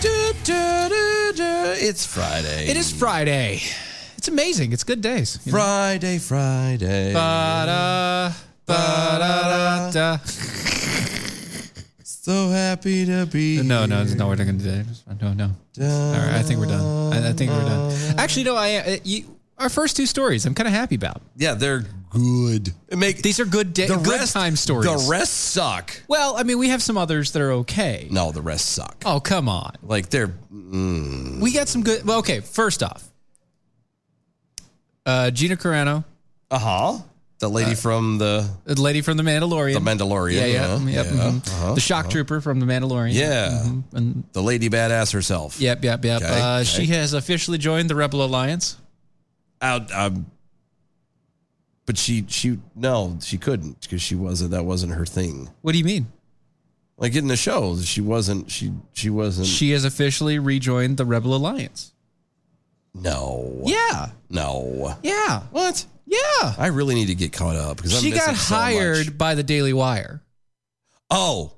Du- du- du- du. It's Friday. It is Friday. It's amazing. It's good days. You know? Friday, Friday. Ba-da, ba-da-da-da. so happy to be. No, no, there's no we're not gonna do that. It's fine. No, no. All right, I think we're done. I, I think we're done. Actually, no. I uh, you, our first two stories. I'm kind of happy about. Yeah, they're good. It make These are good day, good time stories. The rest suck. Well, I mean, we have some others that are okay. No, the rest suck. Oh, come on. Like they're mm, We got some good. Well, okay. First off, uh, Gina Carano, uh huh. The lady from the the lady from The Mandalorian. the Mandalorian. Yeah, yeah, huh? mm, yep, Uh, yeah. mhm. uh-huh. The shock trooper from The Mandalorian. Yeah. Mhm, and The lady badass herself. Yep, yep, yep. Okay, uh, okay. She has officially joined the Rebel Alliance. Out. Um, but she she no she couldn't because she wasn't that wasn't her thing. What do you mean? Like in the show, she wasn't she she wasn't She has officially rejoined the Rebel Alliance. no Yeah, no yeah, what yeah. I really need to get caught up because I'm She missing got so hired much. by the Daily Wire. Oh,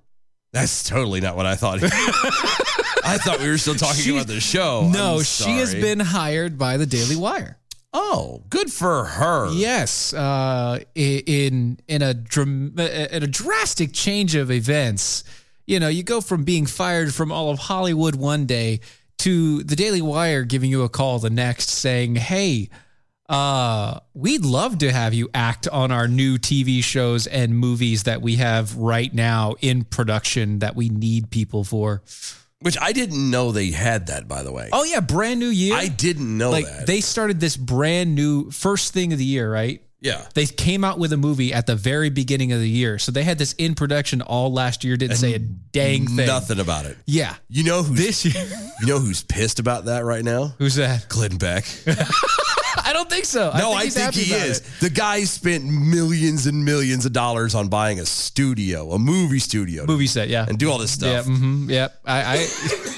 that's totally not what I thought. I thought we were still talking She- about the show. no, Oh, I'm she has sorry. been hired by the Daily Wire. Oh, good for her. Yes, uh, i- in in a dram- in a drastic change of events, you know, you go from being fired from all of Hollywood one day to the Daily Wire giving you a call the next, saying, "Hey, uh, we'd love to have you act on our new TV shows and movies that we have right now in production that we need people for." Which I didn't know they had that. By the way, Oh yeah, brand new year. I didn't know like that. they started this brand new first thing of the year, right? yeah, they came out with a movie at the very beginning of the year. So they had this in production all last year, didn't say a dang thing. nothing about it. Yeah. You know who's This year. you know who's pissed about that right now? Who's that? Glenn Beck. I don't think so. No, I think, he is. The guy spent millions and millions of dollars on buying a studio, a movie studio, Movie set, yeah. and do all this stuff. yeah, mm-hmm, yep. I, I,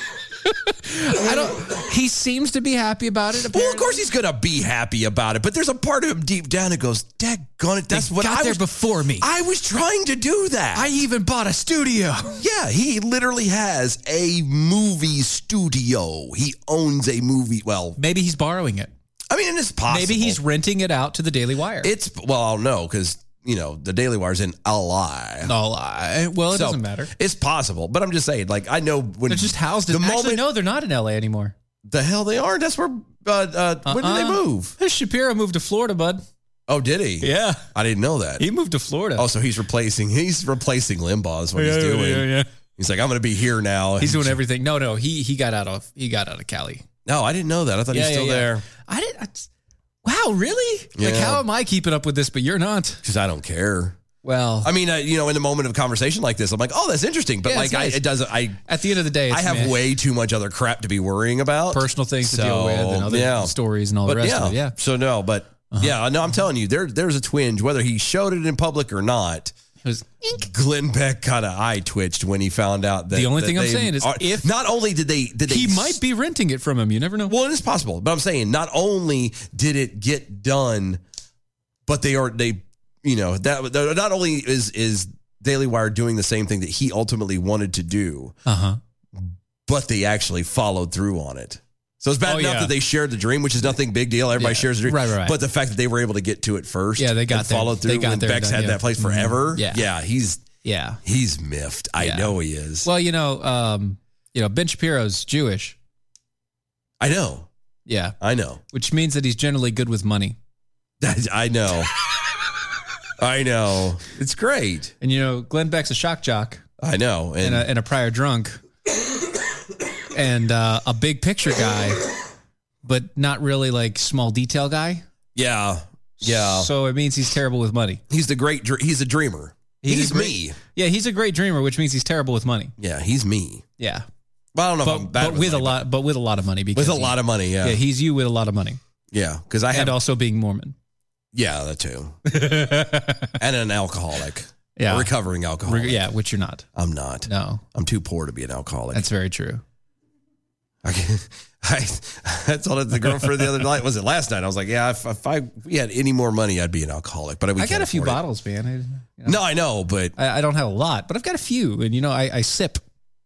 I don't. He seems to be happy about it. Well, apparently. of course he's gonna be happy about it, but there's a part of him deep down that goes, "Daggone it, that's what got I there was. before me. I was trying to do that." I even bought a studio. yeah, he literally has a movie studio. He owns a movie. Well, Maybe he's borrowing it. I mean, it's possible. Maybe he's renting it out to the Daily Wire. It's well, I'll know because you know the Daily Wire's in LI. no lie. Well, it So, doesn't matter. It's possible, but I'm just saying. Like I know when They're just housed in. the Actually, moment no, they're not in LA anymore. the hell they are. That's where. Uh, uh, When did they Uh-uh. move? Shapiro moved to Florida, bud. Oh, did he? Yeah. I didn't know that. He moved to Florida. Oh, so he's replacing he's replacing Limbaugh is what he's Yeah, doing. yeah, yeah. He's like, I'm gonna be here now. He's doing everything. No, no, he he got out of he got out of Cali. No, I didn't know that. I thought Yeah, he's yeah, still yeah. there I didn't. I just- wow, really? Like, Yeah. how am I keeping up with this, but you're not? because I don't care. Well, I mean, I, you know, in a moment of conversation like this, I'm like, oh, that's interesting, but Yeah, like, it's nice. I, it doesn't. I at the end of the day, it's I have meh. way too much other crap to be worrying about. personal things to deal with and So, other yeah. stories and all the but rest yeah, of it. Yeah. Uh-huh. So no, but yeah, no, I'm telling you, there there's a twinge whether he showed it in public or not. It was- Glenn Beck kind of eye twitched when he found out that The only that thing I'm they saying is if- not only did they did they he might be renting it from him. You never know. Well, it is possible, but I'm saying not only did it get done, but they are they, you know, that that- not only is is Daily Wire doing the same thing that he ultimately wanted to do, Uh huh. but they actually followed through on it. So it's bad Oh, enough yeah. that they shared the dream, which is nothing big deal. Everybody Yeah. shares the dream, Right, right, right. But the fact that they were able to get to it first, Yeah, they got and there. followed through, They got when there Beck's done, had yeah. Mm-hmm. that place forever. Yeah. he's Yeah. he's miffed. I Yeah. know he is. Well, you know, um, you know, Ben Shapiro's Jewish. I know, Yeah, I know. which means that he's generally good with money. That- I know. I know. It's great. And you know, Glenn Beck's a shock jock. I know. And, and a, and a prior drunk and uh, a big picture guy, but not really like small detail guy. yeah. Yeah. So it means he's terrible with money. he's the great dr- he's a dreamer. a He's, great- me. Yeah, he's a great dreamer, which means he's terrible with money. Yeah, he's me. Yeah, But I don't know if but, I'm bad but with, with a money, lot, but with a lot of money because with a he- lot of money, yeah. Yeah, he's you with a lot of money. Yeah, because I and uh, had also being Mormon. yeah that too, and an alcoholic. Yeah. a recovering alcoholic. Reg- yeah, which you're not. I'm not. No, I'm too poor to be an alcoholic. that's very true. I, can't- I, I told it to the girlfriend the other night. Was it last night? I was like, yeah, if, if I if we had any more money, I'd be an alcoholic. But we I got can't a few afford it. bottles, man. I, you know, No, I know, but I, I don't have a lot, but I've got a few, and you know, I, I sip,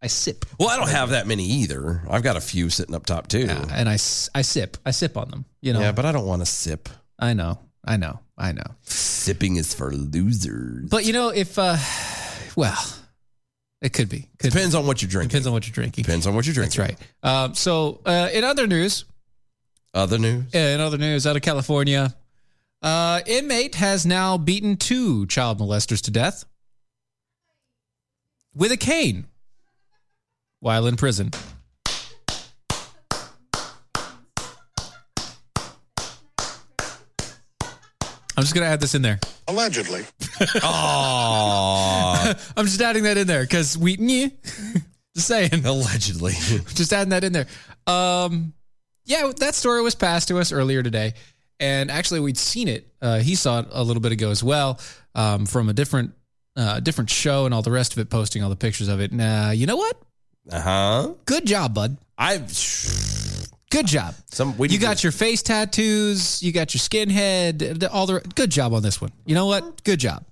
I sip, well, I don't have that many either. I've got a few sitting up top too. Yeah, Yeah, and I, s- I sip, I sip on them. You know, but I don't want to sip. I know, I know, I know. Sipping is for losers. But you know, if uh, well, it could be. Could Depends on what you're drinking. depends on what you're drinking. Depends on what you're That's drinking. right. Um, so uh, in other news, Other news. in other news out of California, uh, inmate has now beaten two child molesters to death with a cane while in prison. I'm just gonna add this in there. Allegedly. Oh, I'm just adding that in there because we, nyeh. just saying. allegedly. just adding that in there. Um, yeah, that story was passed to us earlier today, and actually we'd seen it. Uh, he saw it a little bit ago as well um, from a different uh, different show and all the rest of it, posting all the pictures of it. And uh, you know what? Uh huh. Good job, bud. I Good job. some we You got your face tattoos. You got your skinhead. All the good job on this one. You know what? Good job.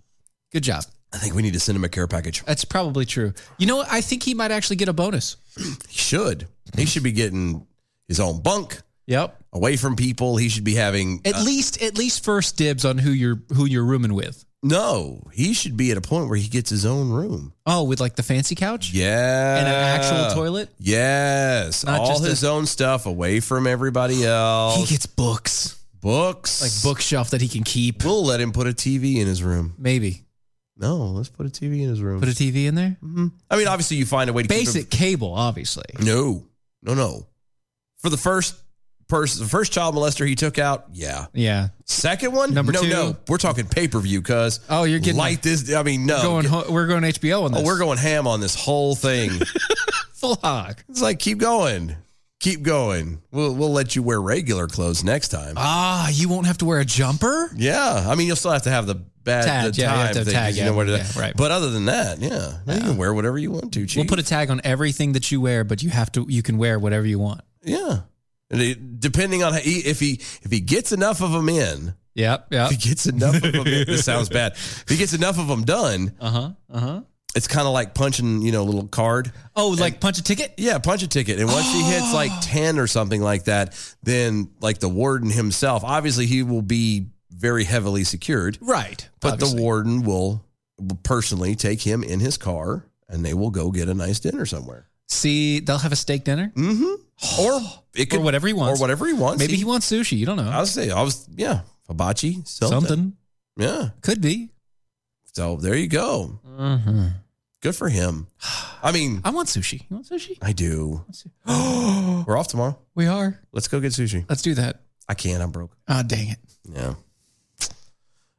Good job. I think we need to send him a care package. That's probably true. You know what? I think he might actually get a bonus. He should. He should be getting his own bunk Yep. away from people. He should be having uh, At least, at least first dibs on who you're who you're rooming with. no. He should be at a point where he gets his own room. Oh, with like the fancy couch Yeah, and an actual toilet. Yes, Not all just a- his own stuff away from everybody else. He gets books, books, like bookshelf that he can keep. We'll let him put a TV in his room. Maybe No, let's put a TV in his room. put a TV in there. I mean, obviously, you find a way to keep him- Basic cable, obviously. No, no, no. For the first person, the first child molester he took out, yeah. Yeah, Second one, Number no, two. no. We're talking pay per view, cuz. Oh, you're getting- light this. I mean, no, going. Get- ho- Oh, we're going HBO on this. oh, we're going ham on this whole thing. full hog. it's like keep going, keep going. We'll we'll let you wear regular clothes next time. Ah, you won't have to wear a jumper. yeah, I mean, you'll still have to have the bad Tag, the yeah, you time have to thing, tag, 'cause you yeah, know where to, yeah, right. But other than that, yeah, you can wear whatever you want to. We'll Chief. put a tag on everything that you wear, but you have to. You can wear whatever you want. yeah. And it- depending on how, he- if he if he gets enough of them in, Yep. Yep. if he gets enough of them, this sounds bad. If he gets enough of them done, Uh huh. Uh huh. it's kind of like punching, you know, a little card. Oh, like punch a ticket. Yeah, punch a ticket. And once he hits like Oh. 10 or something like that, then like the warden himself, obviously he will be very heavily secured, Right. but obviously. the warden will personally take him in his car and they will go get a nice dinner somewhere. see, they'll have a steak dinner Mm-hmm. Or it could, or whatever he wants. Or whatever he wants. Maybe he wants sushi. You don't know. I was say, I was, yeah, hibachi, something. Something Yeah. could be. So there you go. Mm-hmm. Good for him. I mean, I want sushi. You want sushi? I do. Oh, We're off tomorrow. we are. Let's go get sushi. Let's do that. I can't. I'm broke. Ah, dang it. Yeah.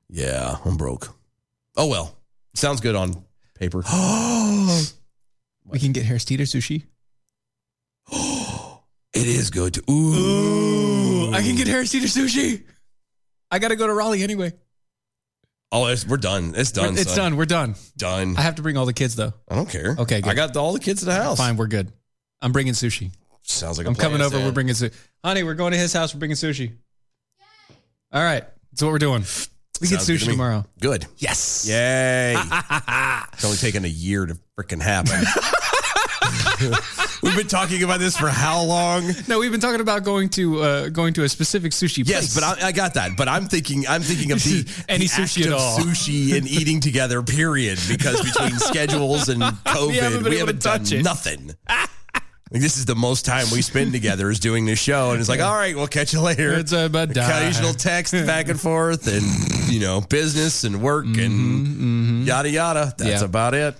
Yeah, I'm broke. Oh well. Sounds good on paper. Oh, we can get Harris Teeter sushi. it is good. To, ooh. I can get Harris Teeter sushi. I got to go to Raleigh anyway. Oh, it's, we're done. It's done. We're- it's son. done. We're done. Done. I have to bring all the kids though. I don't care. Okay, good. I got all the kids at the house. Fine, we're good. I'm bringing sushi. Sounds like a I'm coming plan, over. Stan. We're bringing sushi. Honey, we're going to his house. We're bringing sushi. All right. That's what we're doing. We Sounds good get to sushi me. tomorrow. Good. Yes. Yay. it's only taken a year to freaking happen. We've been talking about this for how long? No, we've been talking about going to uh, going to a specific sushi Yes, place. but I, I got that. But I'm thinking, I'm thinking of the Any the sushi act at of all. sushi and eating together. Period. Because between schedules and COVID, we haven't haven't, been able to done touch it. nothing. Like, this is the most time we spend together is doing this show, and it's like, all right, we'll catch you later. It's a bad time. occasional text back and forth, and you know, business and work and yada yada. That's Yeah. about it.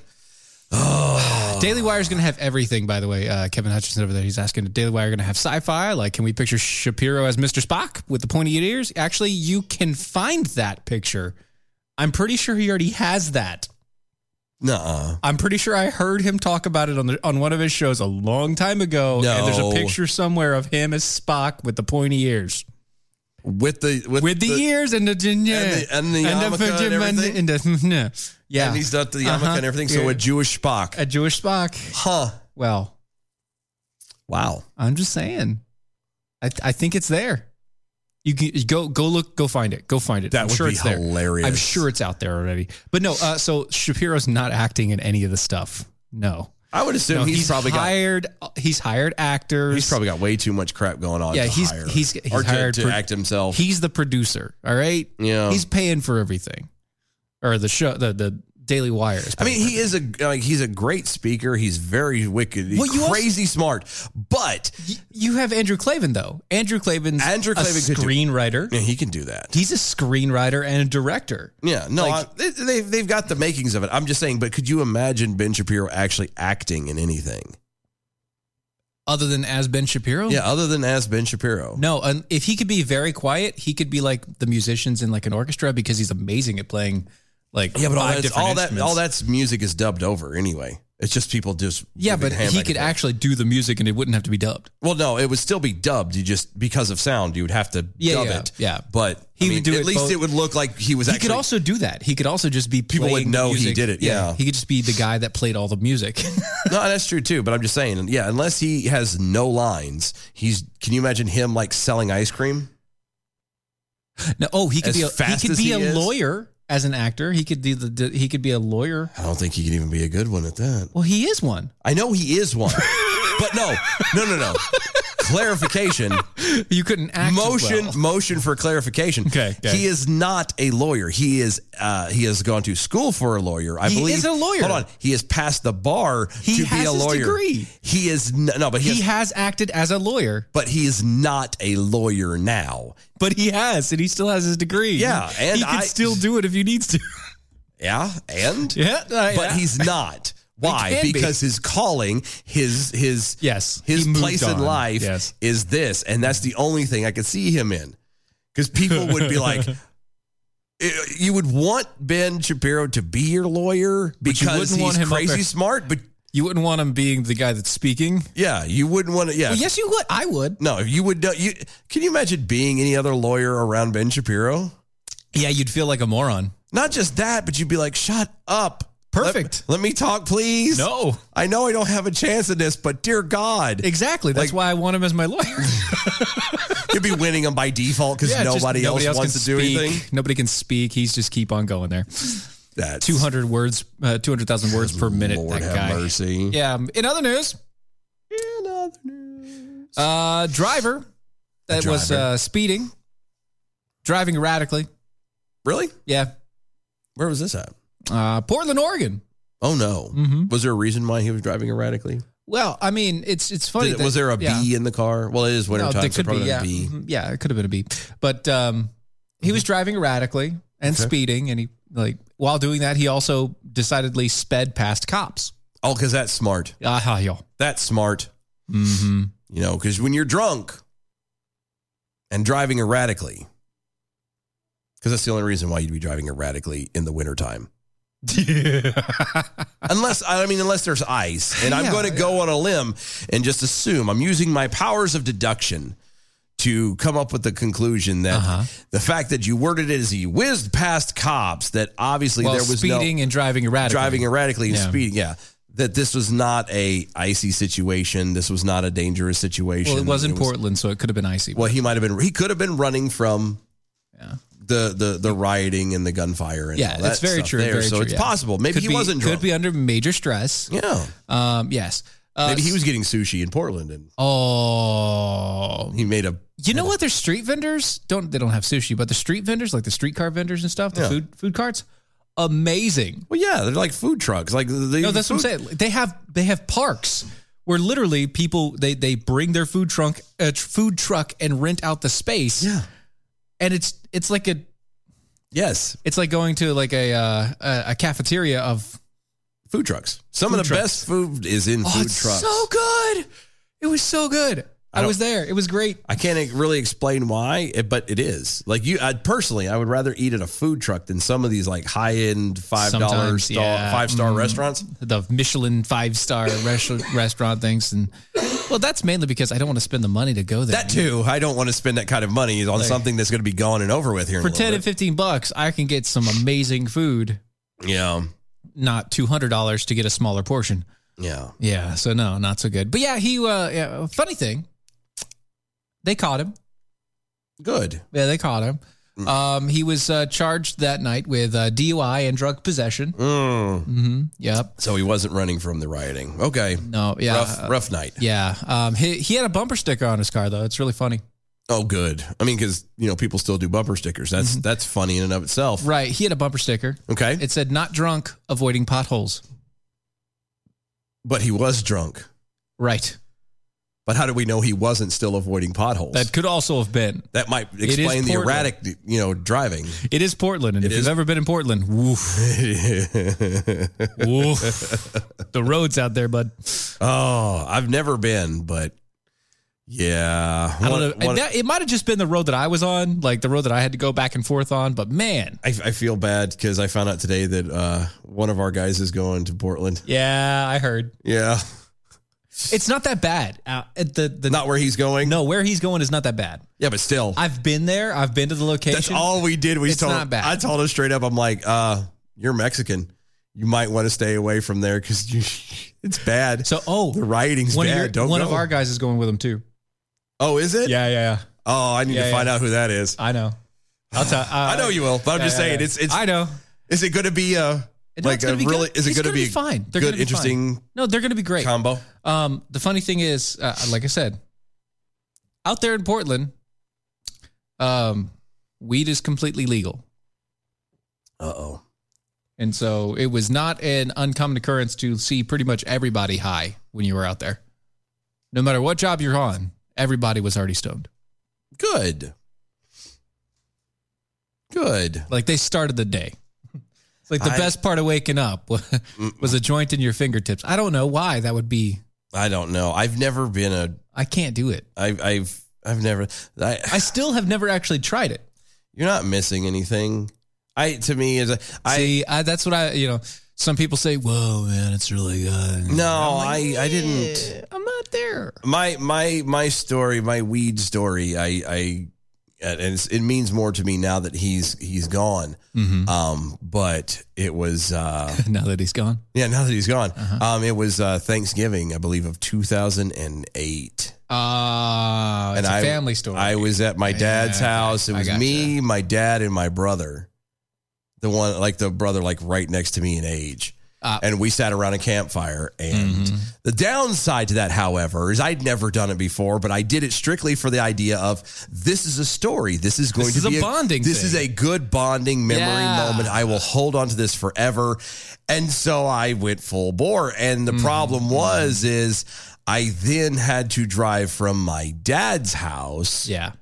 Daily Wire is going to have everything, by the way. Uh, Kevin Hutchinson over there, he's asking, Daily Wire going to have sci-fi? Like, can we picture Shapiro as Mr. Spock with the pointy ears? Actually, you can find that picture. I'm pretty sure he already has that. Nuh-uh. I'm pretty sure I heard him talk about it on the, on one of his shows a long time ago. No. And there's a picture somewhere of him as Spock with the pointy ears. with the with, with the, ears and the ginger And the- and the yarmulke and Virgin- everything? and the- yeah, and he's done the yarmulke Uh-huh. and everything. Yeah. So a Jewish Spock, a Jewish Spock. huh? Well, Wow. I'm just saying, I I think it's there. You can you go go look go find it go find it. That I'm would sure be it's there. hilarious. I'm sure it's out there already. But no, uh, so Shapiro's not acting in any of the stuff. No, I would assume No, he's, probably hired. he's hired got actors. he's probably got way too much crap going on. Yeah, to he's- hire, he's- he's or to- hired to, pro- act himself. he's the producer. All right, yeah, he's paying for everything, or the show the the Daily Wire. is I mean, paying for he is a like he's a great speaker. He's very wicked. He's Well, you also- crazy smart, but Y- You have Andrew Clavin though. Andrew Clavin's Andrew Clavin a could do- screenwriter. yeah, he can do that. He's a screenwriter and a director. yeah, no, like- I- they, they've they've got the makings of it. I'm just saying, but could you imagine Ben Shapiro actually acting in anything? Other than as Ben Shapiro, Yeah, other than as Ben Shapiro. Oh. No, and if he could be very quiet, he could be like the musicians in like an orchestra because he's amazing at playing like Yeah, but all, five that's, different all that instruments. all that's music is dubbed over anyway. It's just people just Yeah, moving but hand he back and could forth. actually do the music and it wouldn't have to be dubbed. Well, no, it would still be dubbed. You just because of sound, you would have to Yeah, dub yeah, it. yeah. but He he would mean, do at it least both- it would look like he was. He actually, could also do that. He could also just be People would playing the know he music. did it, yeah. he could just be the guy that played all the music. no, that's true too. But I'm just saying, yeah, unless he has no lines, he's. Can you imagine him like selling ice cream? no, oh, he could As be a, fast he could as be he a is? lawyer as an actor. He could do the he could be a lawyer. I don't think he could even be a good one at that. Well, he is one. I know he is one, but no, no, no, no. clarification, You couldn't act motion, well. motion for clarification. Okay, okay. he is not a lawyer. He is. Uh, he has gone to school for a lawyer. I He believe is a lawyer. Hold on, he has passed the bar He to be has a his lawyer. degree. He is n- no, but he, He has, has acted as a lawyer, but he is not a lawyer now. but he has, and he still has his degree. Yeah, and he can I- still do it if he needs to. Yeah, and Yeah, uh, but yeah. he's not. Why? can be. Because his calling, his his Yes, his he moved place in on. life Yes. is this, and that's the only thing I could see him in. Because people would be like, i- you would want Ben Shapiro to be your lawyer But you because wouldn't want he's him up crazy there. smart, but You wouldn't want him being the guy that's speaking. yeah, you wouldn't want to. Yeah, Well, yes, you would. I would. no, you would. not- You can you imagine being any other lawyer around Ben Shapiro? Yeah, you'd feel like a moron. Not just that, but you'd be like, shut up. Let- Perfect. Let, me talk, please. No, I know I don't have a chance in this, but dear God, exactly. That's Like- why I want him as my lawyer. you'd be winning them by default because Yeah, just nobody, else, can wants to do speak. anything. Nobody can speak. He's just keep on going there. That's Two hundred words, uh, two hundred thousand words per minute. Lord that have guy. mercy. Yeah. um, In other news, In other news. uh, driver that was driver. uh, speeding, driving erratically. Really? Yeah, Where was this at? uh, Portland, Oregon. Oh no. Mhm. Was there a reason why he was driving erratically? Well, I mean, it's it's funny. Did it- Oh, that- was there a yeah. bee in the car? Well, it is No, wintertime, there so could be. probably Yeah, a bee. Mm-hmm. Mhm. yeah, it could have been a bee. But um, he was driving erratically and speeding, and he like while doing that, he also decidedly sped past cops. Oh, because that's smart. Ah, y'all. That's smart. Mm-hmm. You know, because when you're drunk and driving erratically, because that's the only reason why you'd be driving erratically in the wintertime. unless I mean, unless there's ice, and I'm Yeah, going to go on a limb and just assume I'm using my powers of deduction to come up with the conclusion that Uh-huh. the fact that you worded it as he whizzed past cops, that obviously Well, there was speeding no and driving erratically. driving erratically and Yeah. speeding, yeah. That this was not a icy situation. This was not a dangerous situation. Well, it was in Portland, so it could have been icy. Well, he might have been. He could have been running from Yeah. the the the rioting and the gunfire. And yeah, all that's that very stuff true. There. very so true, it's yeah. possible. Maybe Could he be- wasn't drunk. Could be under major stress. yeah. Um, yes. Uh, Maybe he was getting sushi in Portland and Oh, he made a You know what? There's street vendors. Don't they don't have sushi, but the street vendors, like the streetcar vendors and stuff, the Yeah. food food carts, amazing. well, yeah, they're like food trucks. Like they, No, that's what I'm food- saying. They have they have parks where literally people they they bring their food trunk uh, tr- food truck and rent out the space, Yeah. and it's it's like a Yes, it's like going to like a uh, a a cafeteria of food trucks. Some Food of the trucks. best food is in oh, food it's trucks. so good. It was so good. I, was there. It was great. I can't really explain why, it- but it is like you. I personally, I would rather eat at a food truck than some of these like high end five dollar Sometimes, star yeah. five star Mm. restaurants. The Michelin five star restaurant things, and well, that's mainly because I don't want to spend the money to go there. That too, I don't want to spend that kind of money on something that's going to be gone and over with here. for in a little ten and fifteen bucks, I can get some amazing food. bit. yeah, Not two hundred dollars to get a smaller portion. yeah. Yeah, so no, not so good. But yeah, he. Uh, yeah, funny thing, they caught him. Good. Yeah, they caught him. Mm. Um, he was uh, charged that night with uh, DUI and drug possession. Mm. Mm-hmm. Yep. So he wasn't running from the rioting. Okay. No. Yeah. Rough, rough night. Yeah. Um, he he had a bumper sticker on his car though. It's really funny. Oh, good. I mean, because you know people still do bumper stickers. That's that's funny in and of itself. Mm-hmm. Right. He had a bumper sticker. Okay, It said "Not drunk, avoiding potholes." but he was drunk. Right. But how do we know he wasn't still avoiding potholes? That could also have been. That might is explain the Portland. erratic, you know, driving. It is Portland, and It if is- you've ever been in Portland, woof, woof, the roads out there, bud. oh, I've never been, but yeah, I What- don't know. and what- that, it might have just been the road that I was on, like the road that I had to go back and forth on. But man, I, I feel bad because I found out today that uh, one of our guys is going to Portland. yeah, I heard Yeah, it's not that bad. Uh, at the the not where he's going. no, where he's going is not that bad. Yeah, but still, I've been there. I've been to the location. that's all we did. We It's told. not bad. I told him straight up. I'm like, uh, you're Mexican. You might want to stay away from there because you, it's bad. So oh, the rioting's one, bad. of, your- Don't one go. of our guys is going with him too. Oh, is it? Yeah, yeah, yeah. Oh, I need Yeah, to yeah. find out who that is. I know. I'll tell. I, I know you will, but I'm Yeah, just yeah, saying yeah. it's it's I know. is it going to be uh No, like it's gonna a be really good. is it It's going to gonna be be fine. They're good gonna be interesting No, they're going to be great. combo? Um, the funny thing is, uh, like I said, out there in Portland, um, weed is completely legal, Uh oh. and so it was not an uncommon occurrence to see pretty much everybody high when you were out there. No matter what job you're on, everybody was already stoned. Good. Good. Like they started the day. It's like the I- best part of waking up wa- was a joint in your fingertips. I don't know why that would be. I don't know. I've never been a I can't do it. I've I've I've never I, I still have never actually tried it. you're not missing anything. I to me is a I See, I, that's what I, you know, some people say, whoa, man, it's really good. no, I I didn't I'm not there. my my my story, my weed story. I I and it's, it means more to me now that he's he's gone. Um but it was uh Now that he's gone. Yeah, now that he's gone. Um, it was uh, Thanksgiving, I believe, of 2008. Ah, it's a I- family story. I was at my dad's Yeah, house. It I was gotcha. me, my dad, and my brother. The one, like the brother, like right next to me in age. Ah. Mm-hmm. and we sat around a campfire. And the downside to that, however, is I'd never done it before, but I did it strictly for the idea of this is a story. This is going This to is a be bonding This thing. is a good bonding memory Yeah. moment. I will hold on to this forever. And so I went full bore. And the Mm-hmm. problem was, is I then had to drive from my dad's house yeah.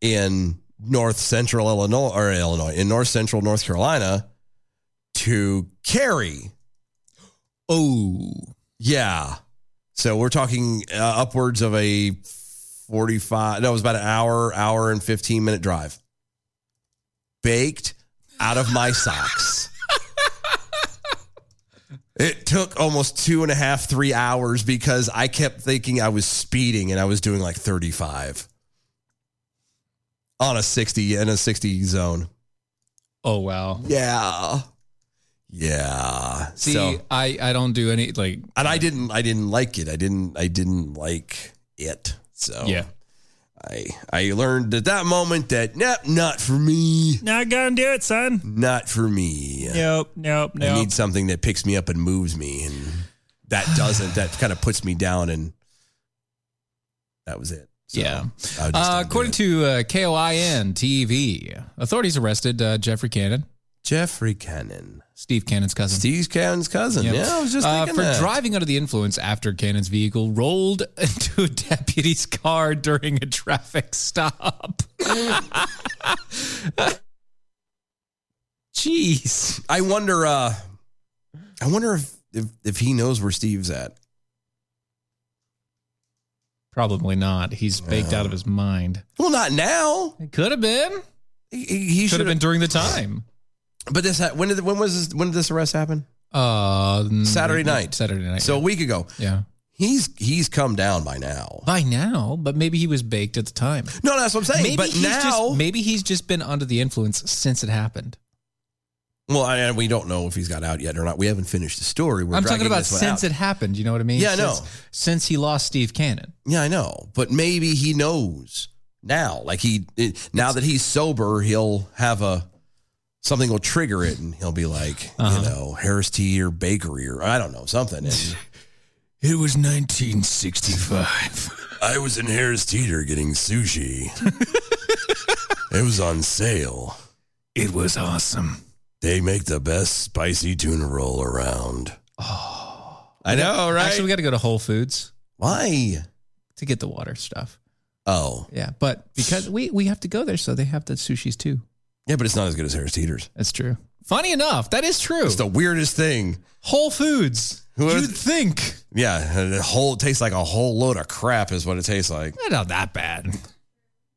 in north central Illinois or Illinois in north central North Carolina to Cary. Oh, Yeah. So we're talking uh, upwards of a 45, no, it was about an hour, hour and 15 minute drive. Baked out of my socks. It took almost two and a half, three hours because I kept thinking I was speeding and I was doing like 35 on a 60 in a 60 zone. oh, wow. Yeah. Yeah. See, So- I, I don't do any, like, and I didn't I didn't like it. I didn't I didn't like it. So yeah. I I learned at that moment that nope, not for me, Not gonna do it, son. not for me. Nope, nope, I need something that picks me up and moves me, and that doesn't. that kind of puts me down, and that was it. Yeah. I just don't Uh, do according it. to uh, KOIN TV, authorities arrested uh, Jeffrey Cannon, Jeffrey Cannon, Steve Cannon's cousin. Steve Cannon's cousin. Yep. Yeah, I was just Uh, thinking for that. driving under the influence after Cannon's vehicle rolled into a deputy's car during a traffic stop. Jeez. I wonder. uh I wonder if, if if he knows where Steve's at. Probably not. He's baked out of his mind. Well, not now. It could have been. He, he Could should have been have. during the time. But this ha- when did when was this, when did this arrest happen? Uh, Saturday night. Saturday night. So a week ago. yeah. He's he's come down by now. By now, but maybe he was baked at the time. No, that's what I'm saying. Maybe but he's now, just, maybe he's just been under the influence since it happened. well, I, we don't know if he's got out yet or not. We haven't finished the story. We're I'm talking dragging about this one since out. it happened. You know what I mean? Yeah, I know. Since, since he lost Steve Cannon. Yeah, I know, but maybe he knows now. Like he it, now that he's sober, he'll have a something will trigger it, and he'll be like, you know, Harris Tea or Bakery or I don't know something. And It was 1965. I was in Harris Teeter getting sushi. it was on sale. it was awesome. They make the best spicy tuna roll around. Oh, I know, right? Actually, we got to go to Whole Foods Why? to get the water stuff. Oh, Yeah, but because we we have to go there, so they have the sushis too. yeah, but it's not as good as Harris Teeter's. That's true. Funny enough, that is true. It's the weirdest thing. Whole Foods. Who- You'd think. Yeah, the whole it tastes like a whole load of crap is what it tastes like. It's not that bad.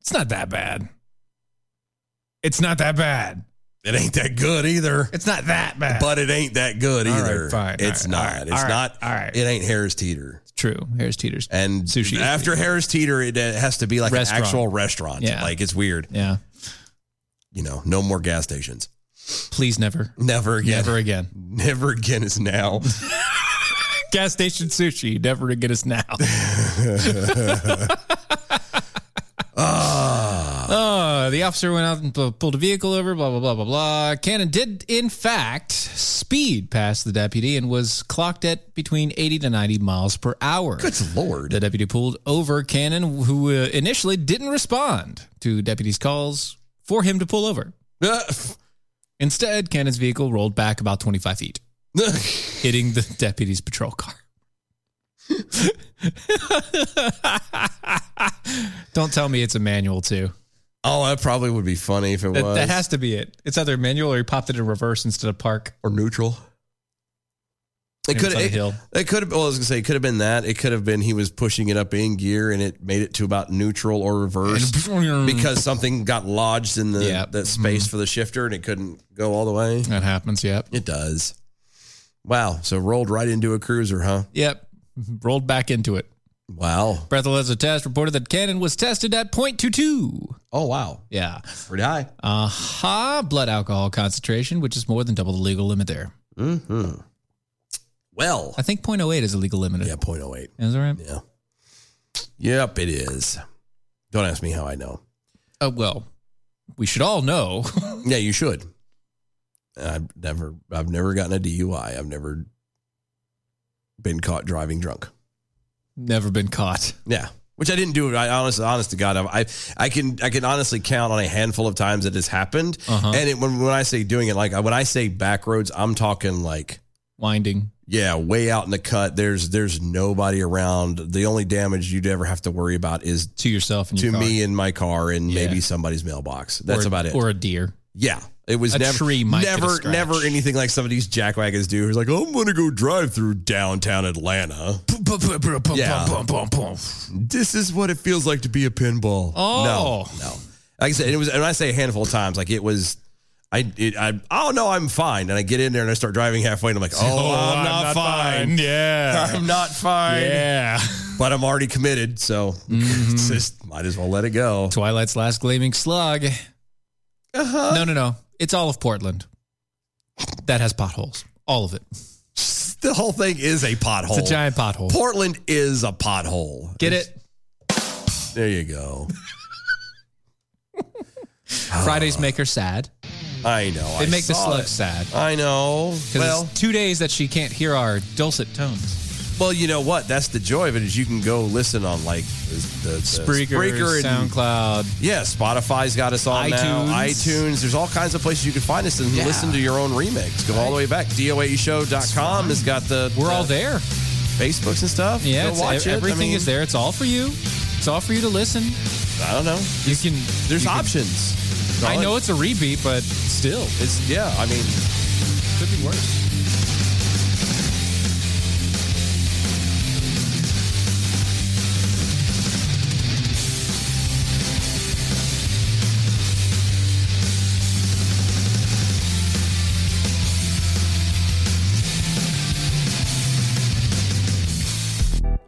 It's not that bad. It's not that bad. It ain't that good either. It's not that bad. But it ain't that good All right, either. fine, all it's right, not. all right, it's all not. right, all right. It ain't Harris Teeter. true. Here's Teeter's. And Sushi is after Harris Teeter, it it has to be like Restaurant. an actual restaurant. Yeah. Like it's weird. Yeah. You know, no more gas stations. Please never. Never again. Never again. Never again is now. Gas station sushi. Never again is now. Ah. Oh, the officer went out and pu- pulled a vehicle over, blah, blah, blah, blah, blah. Cannon did, in fact, speed past the deputy and was clocked at between 80 to 90 miles per hour. good The lord. deputy pulled over Cannon, who uh, initially didn't respond to deputy's calls for him to pull over. Instead, Cannon's vehicle rolled back about 25 feet, hitting the deputy's patrol car. Don't tell me it's a manual, too. oh, that probably would be funny if it That, was. that has to be it. It's either manual or he popped it in reverse instead of park. or neutral. It It could was on a it, hill. it could have well, I was gonna say it could have been that. It could have been he was pushing it up in gear and it made it to about neutral or reverse Because because something got lodged in the Yeah. that space for the shifter and it couldn't go all the way. that happens, yep. It does. Wow. So rolled right into a cruiser, huh? Yep. Rolled back into it. Wow. Breathalyzer test reported that Cannon was tested at 0.22. Oh wow. Yeah. Pretty high. Aha. Blood alcohol concentration, which is more than double the legal limit there. Mm-hmm. Well. I think 0.08 is a legal limit. Yeah, 0.08. Is that right? Yeah. Yep, it is. Don't ask me how I know. Oh, well, we should all know. Yeah, you should. I've never I've never gotten a DUI. I've never been caught driving drunk. Never been caught. Yeah. Which I didn't do. I honest, honest to God, I, I can, I can honestly count on a handful of times that has happened. Uh-huh. And it, when, when I say doing it, like when I say back roads, I'm talking like, Winding. yeah, way out in the cut. There's, there's nobody around. The only damage you'd ever have to worry about is To yourself and to your car. me and my car and Yeah. maybe somebody's mailbox. That's Or- about it. Or a deer. Yeah. It was A never, tree might get a never, scratch. never anything like some of these jackwagons do. Who's like, "Oh, I'm gonna go drive through downtown Atlanta. Yeah. This is what it feels like to be a pinball. Oh. no, no. Like I said, it was. And when I say a handful of times, like it was. I, it, I, oh no, I'm fine. And I get in there and I start driving halfway, and I'm like, oh, I'm, not, fine. Yeah. I'm not fine. yeah. Mm-hmm. But I'm already committed, so it's just might as well let it go. Twilight's Last Gleaming Slug. Uh-huh. No, no, no. It's all of Portland. That has potholes. All of it. The whole thing is a pothole. It's a giant pothole. Portland is a pothole. Get it? There you go. Fridays make her sad. I know. They I make the saw slug it. sad. I know. Because Well, it's two days that she can't hear our dulcet tones. well, you know what? That's the joy of it is you can go listen on like the, the, the Spreaker, and SoundCloud. yeah, Spotify's got us on now. iTunes. iTunes. There's all kinds of places you can find us and Yeah. listen to your own remix. Go all the way back. DOAEshow.com has got the We're the all there. Facebooks and stuff. Yeah, Go it's, watch e- it. I everything mean, is there. It's all for you. It's all for you to listen. I don't know. You can. There's you can- options. I know it's a repeat, but still, It's yeah. I mean, could be worse.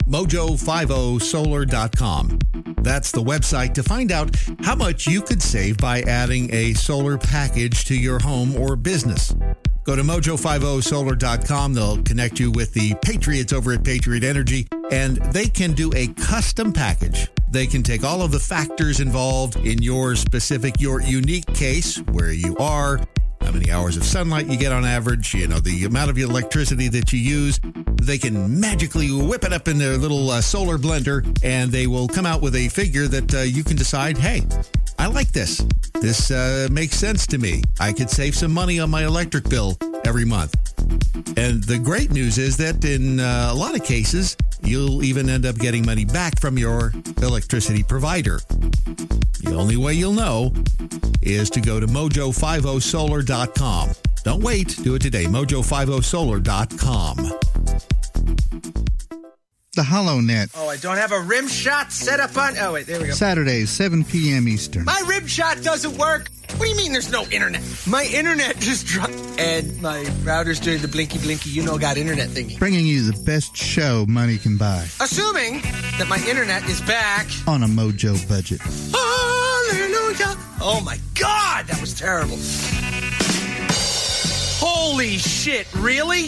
mojo50solar.com. That's the website to find out how much you could save by adding a solar package to your home or business. Go to mojo50solar.com. They'll connect you with the Patriots over at Patriot Energy, and they can do a custom package. They can take all of the factors involved in your specific, your unique case, where you are, how many hours of sunlight you get on average, you know, the amount of electricity that you use. They can magically whip it up in their little uh, solar blender, and they will come out with a figure that uh, you can decide, hey, I like this. This uh, makes sense to me. I could save some money on my electric bill every month. And the great news is that in uh, a lot of cases, you'll even end up getting money back from your electricity provider. The only way you'll know is to go to mojo50solar.com. Don't wait, do it today. mojo50solar.com. The HoloNet, Oh, I don't have a rim shot set up on. Oh, wait, there we go. Saturdays, 7 p.m. Eastern. My rim shot doesn't work. What do you mean there's no internet? My internet just dropped. And my router's doing the blinky blinky, you know, got internet thingy. Bringing you the best show money can buy Assuming that my internet is back. on a mojo budget. Hallelujah. Oh my God, that was terrible. Holy shit, really?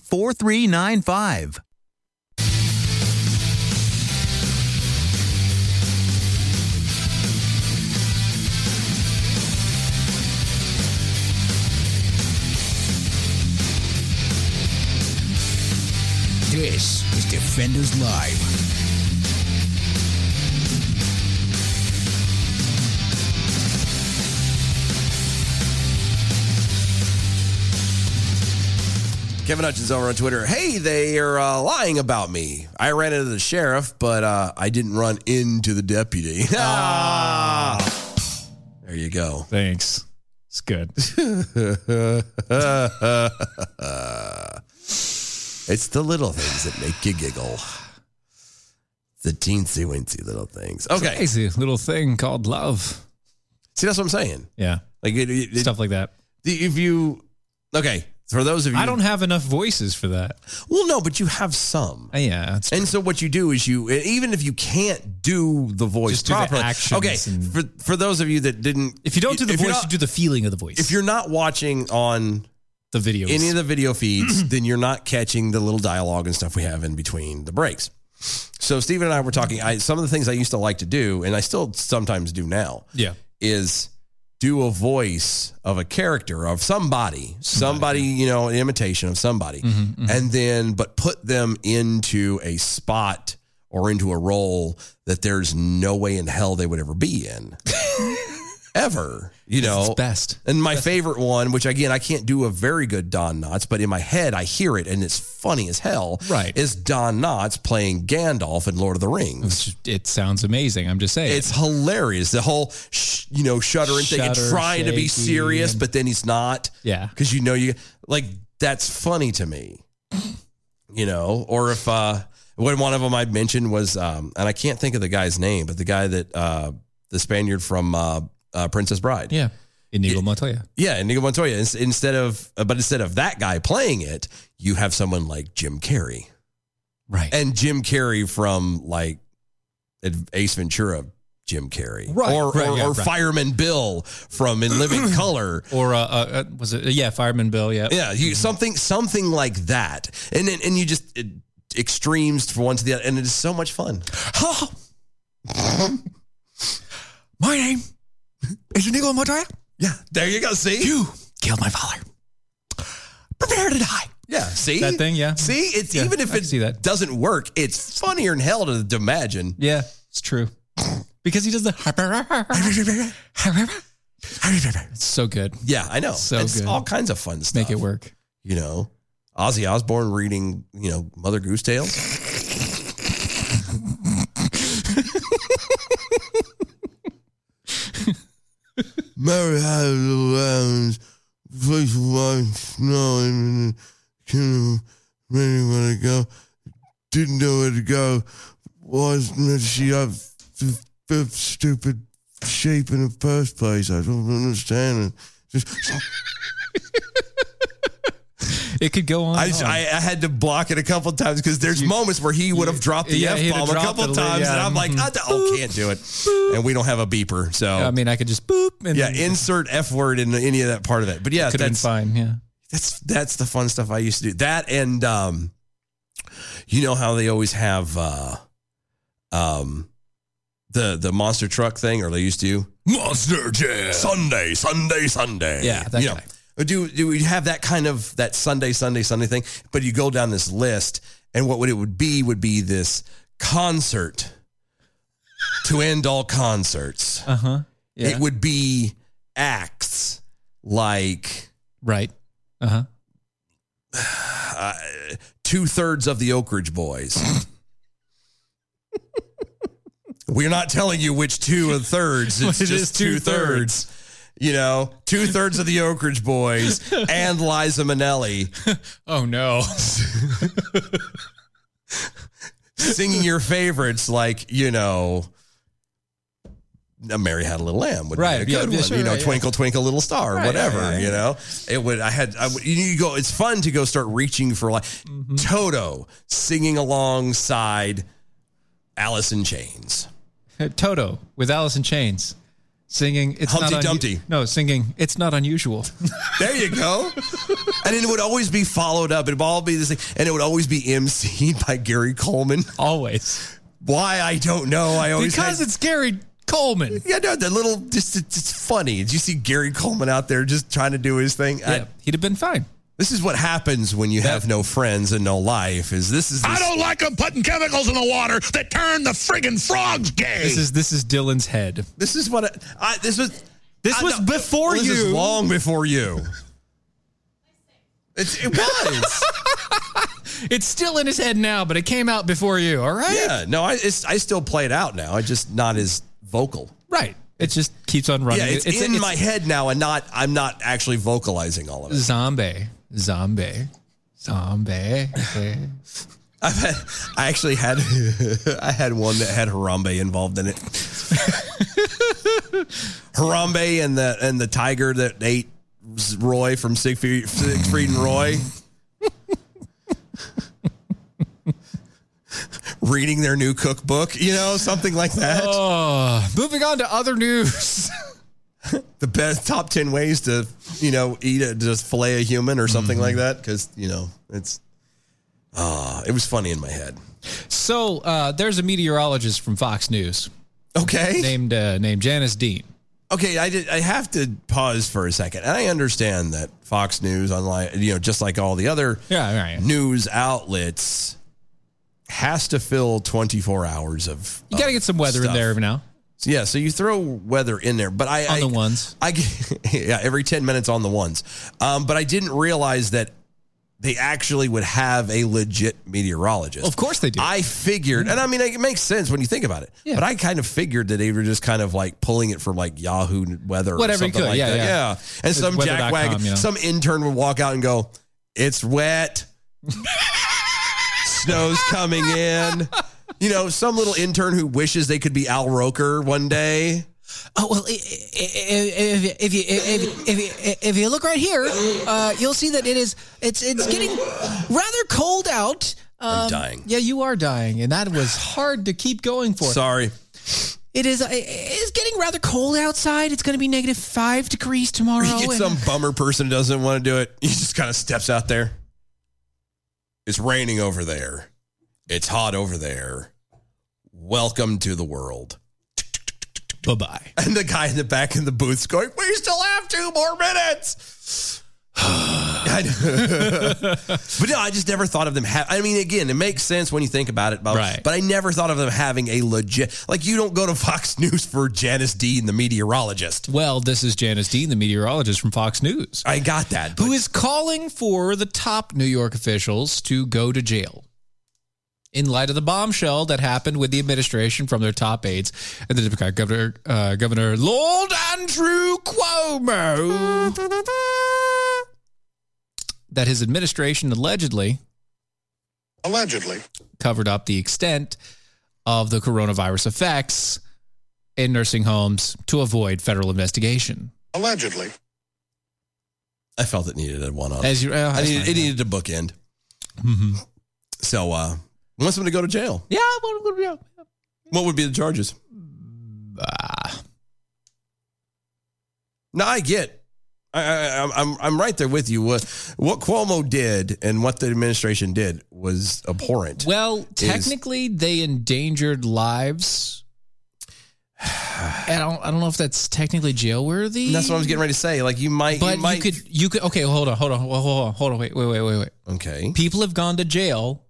4395. This is Defenders Live. Kevin Hutchins over on Twitter. Hey, they are uh, lying about me. I ran into the sheriff, but uh, I didn't run into the deputy. Ah. There you go. Thanks. It's good. It's the little things that make you giggle. The teensy weensy little things. Okay. Crazy little thing called love. See, that's what I'm saying. Yeah. Like, it, it, Stuff like that. if you, okay, for those of you, I don't have enough voices for that. well, no, but you have some. Uh, yeah. It's, And so what you do is you even if you can't do the voice Just do the properly. actions okay, and- for for those of you that didn't if you don't do the if voice, you're not, you do the feeling of the voice. if you're not watching on the videos. any of the video feeds, then you're not catching the little dialogue and stuff we have in between the breaks. So Steven and I were talking I some of the things I used to like to do and I still sometimes do now yeah. is do a voice of a character of somebody, somebody, you know, an imitation of somebody, and then but put them into a spot or into a role that there's no way in hell they would ever be in, ever, you It's know. best. And my favorite one, which again I can't do a very good Don Knotts, but in my head I hear it and it's funny as hell. Right. is Don Knotts playing Gandalf in Lord of the Rings? It's just- It sounds amazing. I'm just saying. It's hilarious. The whole, sh- you know, shuddering thing and Shudder, trying to be shaky, serious, and- but then he's not. Yeah. Because you know, you like, that's funny to me, you know, or if, uh, when one of them I mentioned was, um, and I can't think of the guy's name, but the guy that, uh, the Spaniard from, uh, uh, Princess Bride. yeah. Inigo Montoya. Yeah. And Nico Montoya, ins- instead of, uh, but instead of that guy playing it, you have someone like Jim Carrey Right. and Jim Carrey from like Ad- Ace Ventura, Jim Carrey, Right, or right, or, yeah, or right. Fireman Bill from In Living Color. or uh, uh, uh, was it? Yeah. Fireman Bill. Yeah. Yeah, you something something like that, and then and you just it, extremes from one to the other, and it is so much fun. My name is Inigo Montoya. Yeah, there you go. See you Killed my father. Prepare to die. Yeah, see That thing, yeah. See, it's Yeah, even if I it see that. doesn't work, it's funnier than hell to, to imagine. Yeah, it's true. Because he does the. it's so good. Yeah, I know. So it's good. all kinds of fun stuff. Make it work. you know. Ozzy Osbourne reading, you know, Mother Goose Tales. Mary had the lambs, place white snow in the kingdom, many where to go, didn't know where to go, wasn't she up to fifth stupid shape in the first place? I don't understand it. Just It could go on. I, and on. I, I had to block it a couple of times because there's moments where he would have dropped the yeah, he'd F have bomb a dropped couple it a of little- times, and yeah, Mm-hmm. I'm like, I, d- oh, can't do it, and we don't have a beeper, so I mean, I could just boop and yeah, then insert F word in any of that part of it. But yeah, could have been that's fine. Yeah. that's that's the fun stuff I used to do. That and um, you know how they always have uh, um, the the monster truck thing, or they used to monster jam Sunday, Sunday, Sunday. Yeah, that you guy. know, do do we have that kind of that Sunday, Sunday, Sunday thing? But you go down this list, and what would it would be would be this concert to end all concerts. Uh huh. Yeah. It would be acts like. right. Uh huh. two thirds of the Oak Ridge Boys. We're not telling you which two and thirds. It's It is just two thirds. You know, two thirds of the Oak Ridge Boys and Liza Minnelli Oh no. singing your favorites, like you know, "Mary Had a Little Lamb" would Right, be a yeah, good yeah, one. sure, you know, right, yeah. "Twinkle Twinkle Little Star," Right, whatever. yeah, yeah, You know, it would. I had. I, would- you go. It's fun to go start reaching for like Mm-hmm. Toto singing alongside Alice in Chains. Toto with Alice in Chains singing. It's Humpty not unu- Dumpty. No, singing. It's not unusual. There you go. and it would always be followed up. It would all be this thing, and it would always be emceed by Gary Coleman. Always. Why I don't know. I always Because Oh, had- it's Gary Coleman. Yeah, no, the little just it's it's funny. Did you see Gary Coleman out there just trying to do his thing? I- Yeah, he'd have been fine. this is what happens when you have no friends and no life. Is this is this, like them putting chemicals in the water that turn the friggin' frogs gay. This is this is Dylan's head. this is what I, I this was This I was know- before this is you. long before you. It's, it was. It's still in his head now, but it came out before you. All right. yeah. No, I it's, I still play it out now. I just not as vocal. Right. It just keeps on running. Yeah, it's, in my head now, and not I'm not actually vocalizing all of it. Zombie. Zombie. Zombie. I've had, I actually had I had one that had Harambe involved in it. Harambe and the and the tiger that ate Roy from Siegfried, Siegfried and Roy. Reading their new cookbook, you know, something like that. oh, moving on to other news. The best top ten ways to, you know, eat a just fillet a human or something like that, because you know it's. Ah, it was funny in my head. so uh, there's a meteorologist from Fox News Okay. named uh, named Janice Dean. Okay, I did, I have to pause for a second, and I understand that Fox News, unlike you know, just like all the other Yeah, right. news outlets, has to fill twenty four hours of. You got to get some weather in Stuff. there every now. yeah, so you throw weather in there, but I On I- the ones. I get- yeah every ten minutes on the ones, um, but I didn't realize that they actually would have a legit meteorologist. Of course they do. I figured, and I mean, it makes sense when you think about it. Yeah. But I kind of figured that they were just kind of like pulling it from like Yahoo weather, Whatever or something you could, like yeah, that. yeah. And some weather dot jackwag, com, yeah. some intern would walk out and go, "It's wet, snow's coming in." You know, some little intern who wishes they could be Al Roker one day. Oh well, i- i- i- if you if you if you, if you, if you look right here, uh, you'll see that it is it's it's getting rather cold out. Um, dying. Yeah, you are dying, and that was hard to keep going for. Sorry. It is it is getting rather cold outside. It's going to be negative five degrees tomorrow. Oh, You get and- some bummer person who doesn't want to do it. He just kind of steps out there. It's raining over there. It's hot over there. Welcome to the world. Bye bye. And the guy in the back in the booth's going, We still have two more minutes. I know. but no, I just never thought of them. Ha- I mean, again, it makes sense when you think about it, but, Right. but I never thought of them having a legit. Like, you don't go to Fox News for Janice Dean, the meteorologist. Well, this is Janice Dean, the meteorologist from Fox News, I got that. who is calling for the top New York officials to go to jail in light of the bombshell that happened with the administration from their top aides and the Democratic governor, uh, Governor Lord Andrew Cuomo, that his administration allegedly Allegedly. covered up the extent of the coronavirus effects in nursing homes to avoid federal investigation. Allegedly. I felt it needed a one off. As you, oh, I that's needed, fine. it needed a bookend. So, uh, wants them to go to jail. yeah, well, well, yeah. What would be the charges? Ah. No, I get. I, I, I'm- I'm I'm right there with you. What what Cuomo did and what the administration did was abhorrent. Well, technically, they endangered lives. I don't. I don't know if that's technically jailworthy. And that's what I was getting ready to say. Like you might, But you you, might. could. You could. Okay, hold on. Hold on. Hold on. Hold on. Hold on. Wait. Wait. Wait. Wait. Wait. okay. People have gone to jail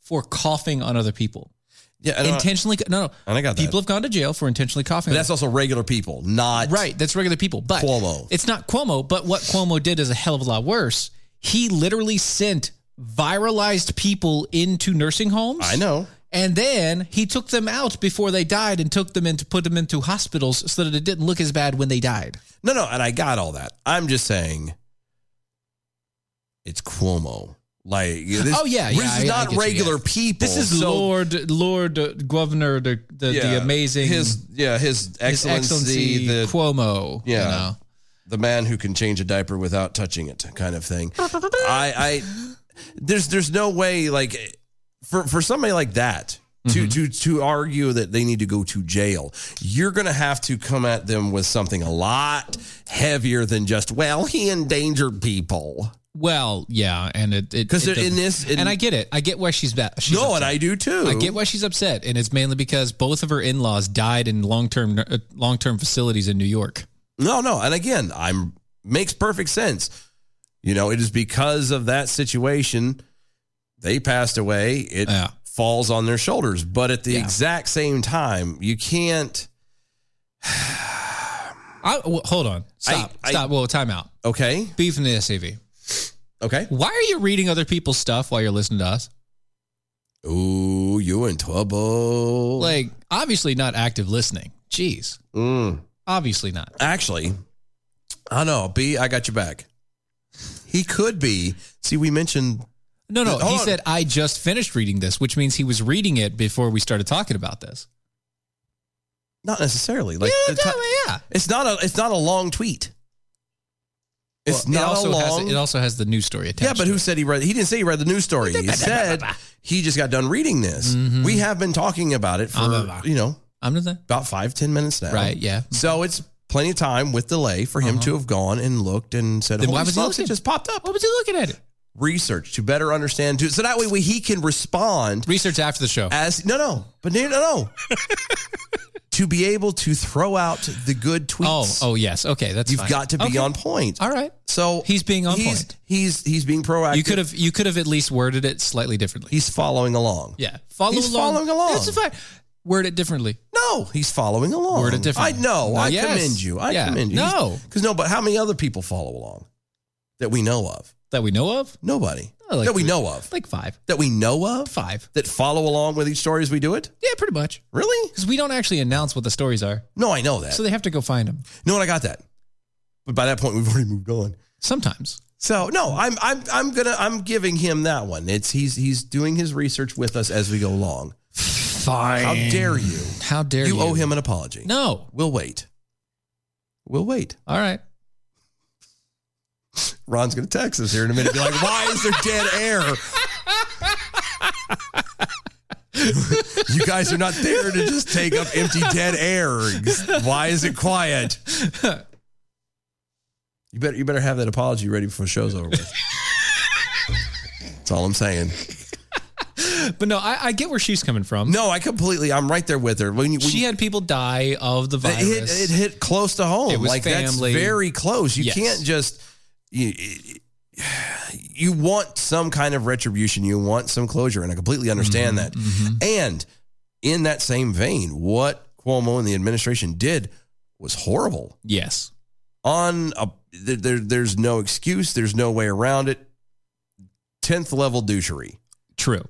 for coughing on other people Yeah, and, intentionally. No. No. I, and I got that. People have gone to jail for intentionally coughing. but on that's also regular people, not Right, that's regular people. But Cuomo. It's not Cuomo, but what Cuomo did is a hell of a lot worse. He literally sent viralized people into nursing homes. I know. And then he took them out before they died and took them into put them into hospitals so that it didn't look as bad when they died. No, no, and I got all that. I'm just saying, it's Cuomo. Like this, Oh, yeah, this yeah, is I- I not get you, regular yeah. people. This is Oh. so- Lord Lord uh, Governor the the, the yeah, amazing His yeah, his His excellency, Excellency the Cuomo. you Yeah. know. the man who can change a diaper without touching it kind of thing i i there's there's no way like for for somebody like that to Mm-hmm. to to argue that they need to go to jail you're gonna have to come at them with something a lot heavier than just well he endangered people Well, yeah, and it it- 'Cause it in doesn't- this- in- and I get it. I get why she's back. She's no upset. and i do too I get why she's upset, and it's mainly because both of her in-laws died in long-term uh, long-term facilities in New York. No, no. And again, I'm makes perfect sense. You know, it is because of that situation they passed away. It Yeah. falls on their shoulders. But at the Yeah. exact same time, you can't I, well, hold on, stop, I- stop. Well, time out. okay. Beef in the SAV. Okay. Why are you reading other people's stuff while you're listening to us? Ooh, you in trouble. Like, obviously not active listening. Jeez, Mm. obviously not. actually, I know, B, I got your back. He could be. See, we mentioned No, no. Hold he on. said I just finished reading this, which means he was reading it before we started talking about this. not necessarily. Like yeah, the ti- no, yeah. it's not a it's not a long tweet. It's Well, not it also a has long it also has the news story attached. Yeah, but to who said he read? He didn't say he read the news story. He said he just got done reading this. Mm-hmm. We have been talking about it for you know it. I'm not that. about five ten minutes now. Right, yeah. Mm-hmm. Uh-huh. So it's plenty of time with delay for him to have gone and looked and said, Then why "Holy was he smokes, it looking? just popped up." What was he looking at it? Research to better understand. To, so that way we, he can respond Research after the show. as no, no, but no, no, no. to be able to throw out the good Oh, tweets. oh yes. Okay, that's you've fine. got to be Okay. on point. All right. So He's being on he's, point. He's he's being proactive. You could have you could have at least worded it slightly differently. He's following along. yeah, follow he's along. following along. That's fine. Word it differently. No, he's following along. Word it I differently. know. Well, I yes. commend you. I Yeah. commend you. No. because no. But how many other people follow along that we know of? That we know of, Nobody I like that we to- know of. like five, that we know of. five. That follow along with each story as we do it. Yeah, pretty much. Really? Because we don't actually announce what the stories are, No, I know that. so they have to go find them no, and I got that. But by that point, we've already moved on. sometimes. So no, I'm I'm I'm gonna I'm giving him that one. It's he's he's doing his research with us as we go along. Fine. How dare you? How dare you? You owe him an apology. No. we'll wait. We'll wait. All right. Ron's going to text us here in a minute. Be like, why is there dead air? you guys are not there to just take up empty dead air. Why is it quiet? You better you better have that apology ready before the show's over with. That's all I'm saying. But no, I, I get where she's coming from. No, I completely. I'm right there with her. When, you- when she you- had people die of the it virus. hit, it hit close to home. It was like that's family. very close. You Yes. can't just. You, you want some kind of retribution. You want some closure, and I completely understand Mm-hmm. that. And in that same vein, what Cuomo and the administration did was horrible. Yes. On a there, there- there's no excuse. There's no way around it. Tenth level douchery True.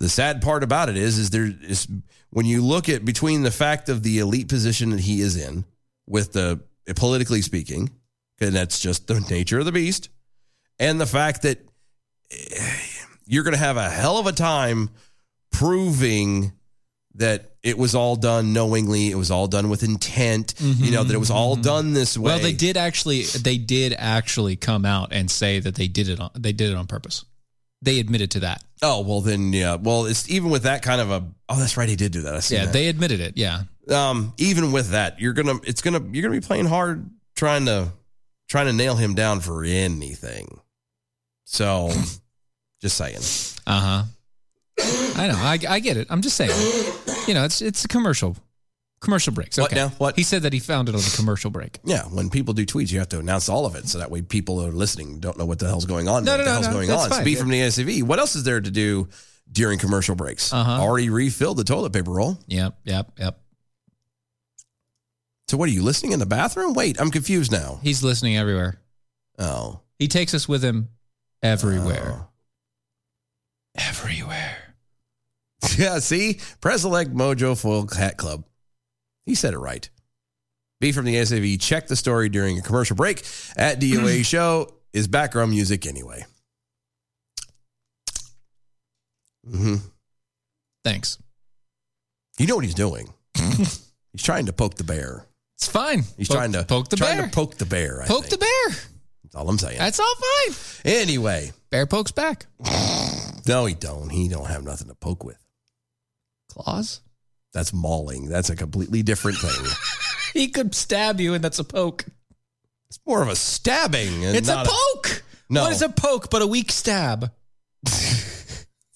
the sad part about it is is there is when you look at between the fact of the elite position that he is in with the politically speaking and that's just the nature of the beast and the fact that eh, you're going to have a hell of a time proving that it was all done knowingly it was all done with intent you know that it was all done this way Mm-hmm. Well, they did actually. They did actually come out and say that they did it. On, they did it on purpose. They admitted to that. oh well then yeah well it's even with that kind of a oh that's right he did do that i see Yeah, that. they admitted it. Yeah. um, even with that, you're gonna it's gonna you're gonna be playing hard trying to trying to nail him down for anything. So, just saying. Uh huh. I know. I, I get it. I'm just saying. You know, it's it's a commercial. Commercial breaks. What okay. now? What? He said that he found it on the commercial break. Yeah, when people do tweets, you have to announce all of it so that way people who are listening don't know what the hell's going on. No, what no, the no, hell's no, going that's on? It's fine. B from the ACV. What else is there to do during commercial breaks? Uh-huh. Already refilled the toilet paper roll. Yep. Yep. Yep. So what are you listening in the bathroom? Wait, I'm confused now. He's listening everywhere. Oh, He takes us with him everywhere. Oh. Everywhere. yeah. See, Preselect Mojo Foil Hat Club. He said it right. B from the SAV. Check the story during a commercial break at DOA show is background music anyway. hmm Thanks. You know what he's doing. he's trying to poke the bear. It's fine. He's Poke- trying to poke the trying bear. to poke the bear. I poke the think. bear. That's all I'm saying. That's all fine. anyway, Bear pokes back. no, he don't. He don't have nothing to poke with. Claws. That's mauling. That's a completely different thing. He could stab you, and that's a poke. it's more of a stabbing. and It's a not poke. No. What is a poke but a weak stab?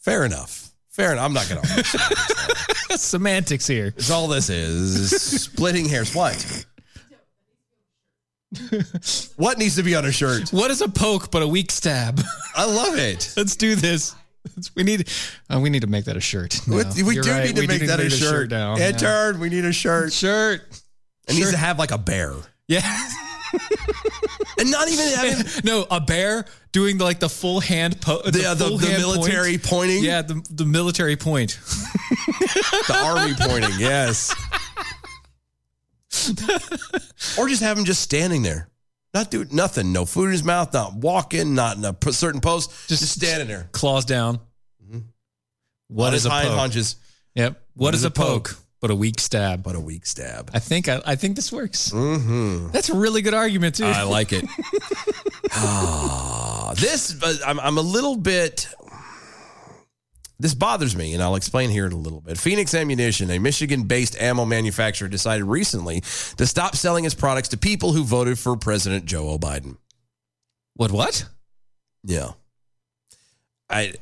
Fair enough. Fair enough. I'm not gonna. Semantics here. It's all this is is splitting hairs. What? what needs to be on a shirt? What is a poke but a weak stab? I love it. Let's do this. We need uh, we need to make that a shirt. No, we we you're do right. need to We make that a shirt. now. Yeah. Intern, we need a shirt. Shirt. It needs to have like a bear, Yeah. and not even I mean, no, a bear doing like the full hand po- the, uh, the, full the hand military point. pointing, Yeah, the, the military point. the army pointing. Yes. or just have him just standing there, not doing nothing, no food in his mouth, not walking, not in a p- certain pose, just, standing there. Claws down. Mm-hmm. What on is his a hind poke? haunches? Yep. what is, a poke? But a weak stab. But a weak stab. I think I, I think this works. Mm-hmm. That's a really good argument too. I like it. Ah, this, but I'm, I'm a little bit. This bothers me, and I'll explain here in a little bit. Phoenix Ammunition, a Michigan based ammo manufacturer, decided recently to stop selling its products to people who voted for President Joe Biden. what? What? Yeah. I.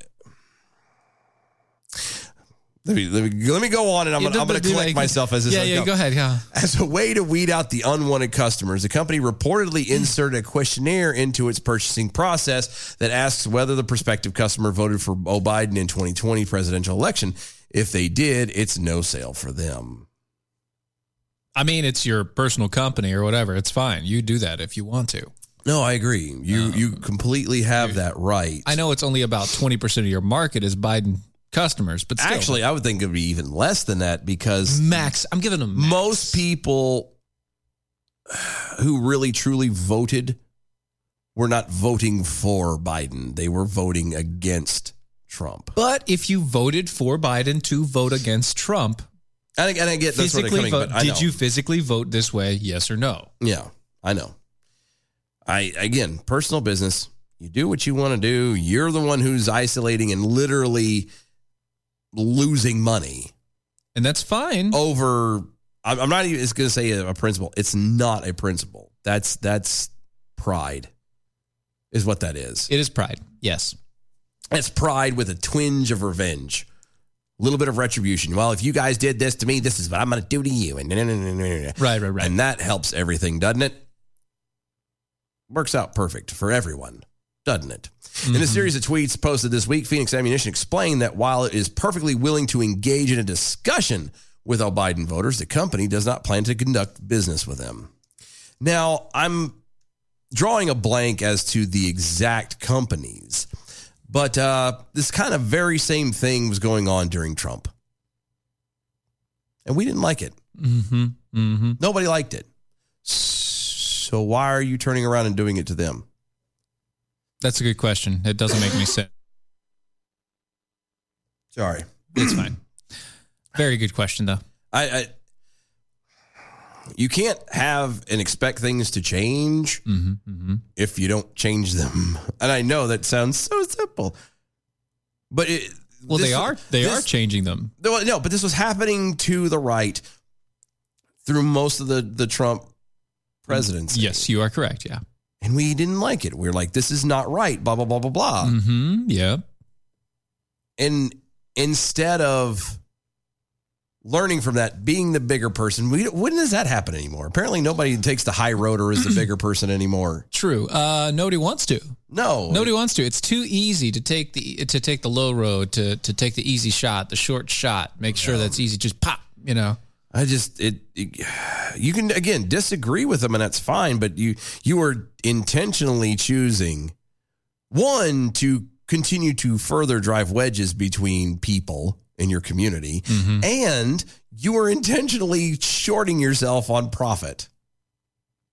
Let me, let, me, let me go on and I'm Yeah, going to I'm going but- to but collect like- myself as this Yeah, I yeah. go. Go ahead. Yeah. As a way to weed out the unwanted customers, the company reportedly Mm. inserted a questionnaire into its purchasing process that asks whether the prospective customer voted for Joe Biden in 2020 presidential election. If they did, it's no sale for them. I mean, it's your personal company or whatever. It's fine. You do that if you want to. No, I agree. You you completely have that right. Oh. I know it's only about 20% of your market is Biden customers, but still. Actually, I would think it would be even less than that because max. I'm giving them max. most people who really truly voted were not voting for Biden. They were voting against Trump. But if you voted for Biden to vote against Trump, And I, and I get that's where they're coming, physically vote, but I did know. you physically vote this way? Yes or no? Yeah, I know. I again, personal business. You do what you want to do. You're the one who's isolating and literally losing money And that's fine. Oh. over. I'm I'm not even. It's going to say a principle. It's not a principle. That's that's pride, is what that is. It is pride. Yes. It's pride with a twinge of revenge, a little bit of retribution. Well, if you guys did this to me, this is what I'm going to do to you. And Right, right, right. And that helps everything, doesn't it? Works out perfect for everyone, doesn't it? Mm-hmm. In a series of tweets posted this week, Phoenix Ammunition explained that while it is perfectly willing to engage in a discussion with all Biden voters, the company does not plan to conduct business with them. Now, I'm drawing a blank as to the exact companies, but uh, this kind of very same thing was going on during Trump. And we didn't like it. Mm-hmm. Mm-hmm. Nobody liked it. So why are you turning around and doing it to them? That's a good question. It doesn't make me sick. Sorry. It's fine. Very good question though. I, I you can't have and expect things to change Mm-hmm, if you don't change them. And I know that sounds so simple, but it, Well, this- they are they this- are changing them. No, no, but this was happening to the right through most of the the Trump presidency, Yes, you are correct. Yeah. and we didn't like it. We were like, "This is not right." Blah blah blah blah blah. Mm-hmm. Yeah. and instead of learning from that, being the bigger person, we, when does that happen anymore? Apparently, nobody takes the high road or is the bigger person anymore. True. Uh, nobody wants to. No, Nobody wants to. It's too easy to take the to take the low road, to to take the easy shot, the short shot. Make sure that's easy. Just pop. You know. I just it, it- You can again disagree with them, and that's fine. But you you are intentionally choosing one to continue to further drive wedges between people in your community, and you are intentionally shorting yourself on profit.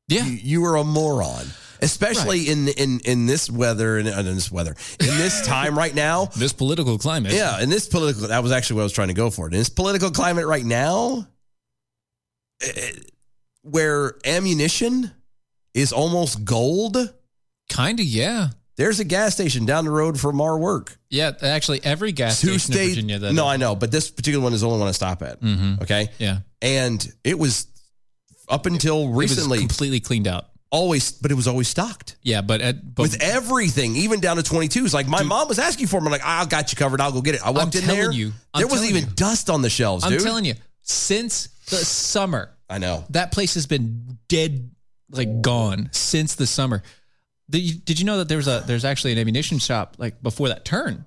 Yeah. you, you are a moron. Especially in in in this weather and in, this weather in this time right now. This political climate. Yeah, in this political that was actually what I was trying to go for. In this political climate right now, eh, where ammunition is almost gold, Kinda. Yeah. there's a gas station down the road from our work. Yeah. Actually, every gas Two station in state- Virginia. That no, I know, but this particular one is the only one I stop at. Mhm. Okay, yeah. and it was up until It was recently completely cleaned out. always, but it was always stocked. Yeah, but at but with everything, even down to 22s. Like my mom was asking for them. I'm like, I got you covered. I'll go get it. I walked in telling there. you. I'm there wasn't telling even you. dust on the shelves, I'm dude. telling you, since the summer, I know. that place has been dead, like gone since the summer. Did you, did you know that there was a there's actually an ammunition shop like before that turn?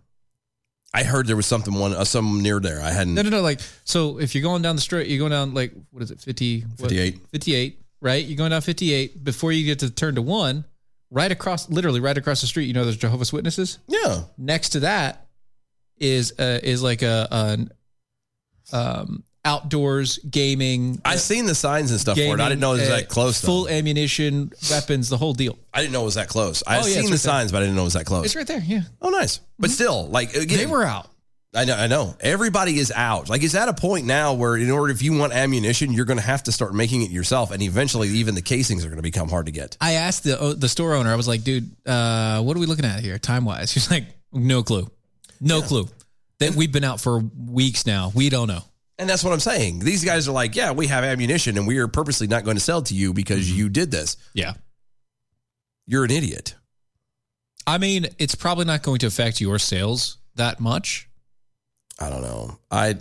I heard there was something one uh, some near there. I hadn't. No, no, no. Like so, if you're going down the street, you're going down like what is it, 50, what? 58. 58, right? You're going down 58 before you get to turn to one. Right across, literally right across the street. You know, there's Jehovah's Witnesses. Yeah. next to that is uh, is like a an um, outdoors gaming. I've seen the signs and stuff for it. I gaming, didn't know it was uh, that close. Full Full ammunition, weapons, the whole deal. I didn't know it was that close. I've Oh, yeah, seen it's the right there. signs, but I didn't know it was that close. It's right there. Yeah, Oh, nice. But still, like again, they were out. I know. I know. Everybody is out. Like, is that a point now where, in order if you want ammunition, you're going to have to start making it yourself, and eventually, even the casings are going to become hard to get. I asked the oh, the store owner. I was like, "Dude, uh, what are we looking at here, time wise?" She's like, "No clue, no clue." That we've been out for weeks now. We don't know. And that's what I'm saying. These guys are like, yeah, we have ammunition and we are purposely not going to sell to you because Mm-hmm. you did this. Yeah. You're an idiot. I mean, it's probably not going to affect your sales that much. I don't know. I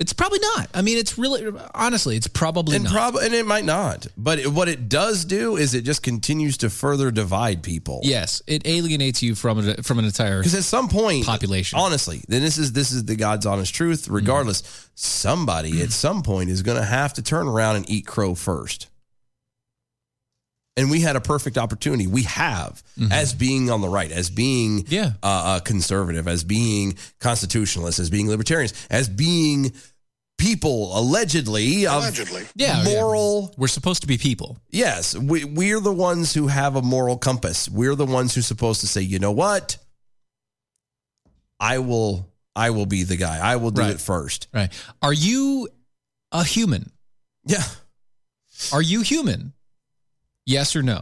It's probably not. I mean, it's really honestly, it's probably and not. prob- and it might not. But it, what it does do is it just continues to further divide people. Yes, it alienates you from an, from an entire. Because at some point, Population. Mm-hmm. Honestly, then this is this is the God's honest truth. Regardless, somebody at some point is going to have to turn around and eat crow first. And we had a perfect opportunity. We have as being on the right, as being Mm-hmm. Yeah. uh, uh, conservative, as being constitutionalists, as being libertarians, as being people allegedly, allegedly. of Yeah, yeah. moral. We're supposed to be people. Yes, we, we're the ones who have a moral compass. We're the ones who're supposed to say, you know what? I will, I will be the guy. I will do Right. it first. Right. Are you a human? Yeah, Are you human? Yes or no?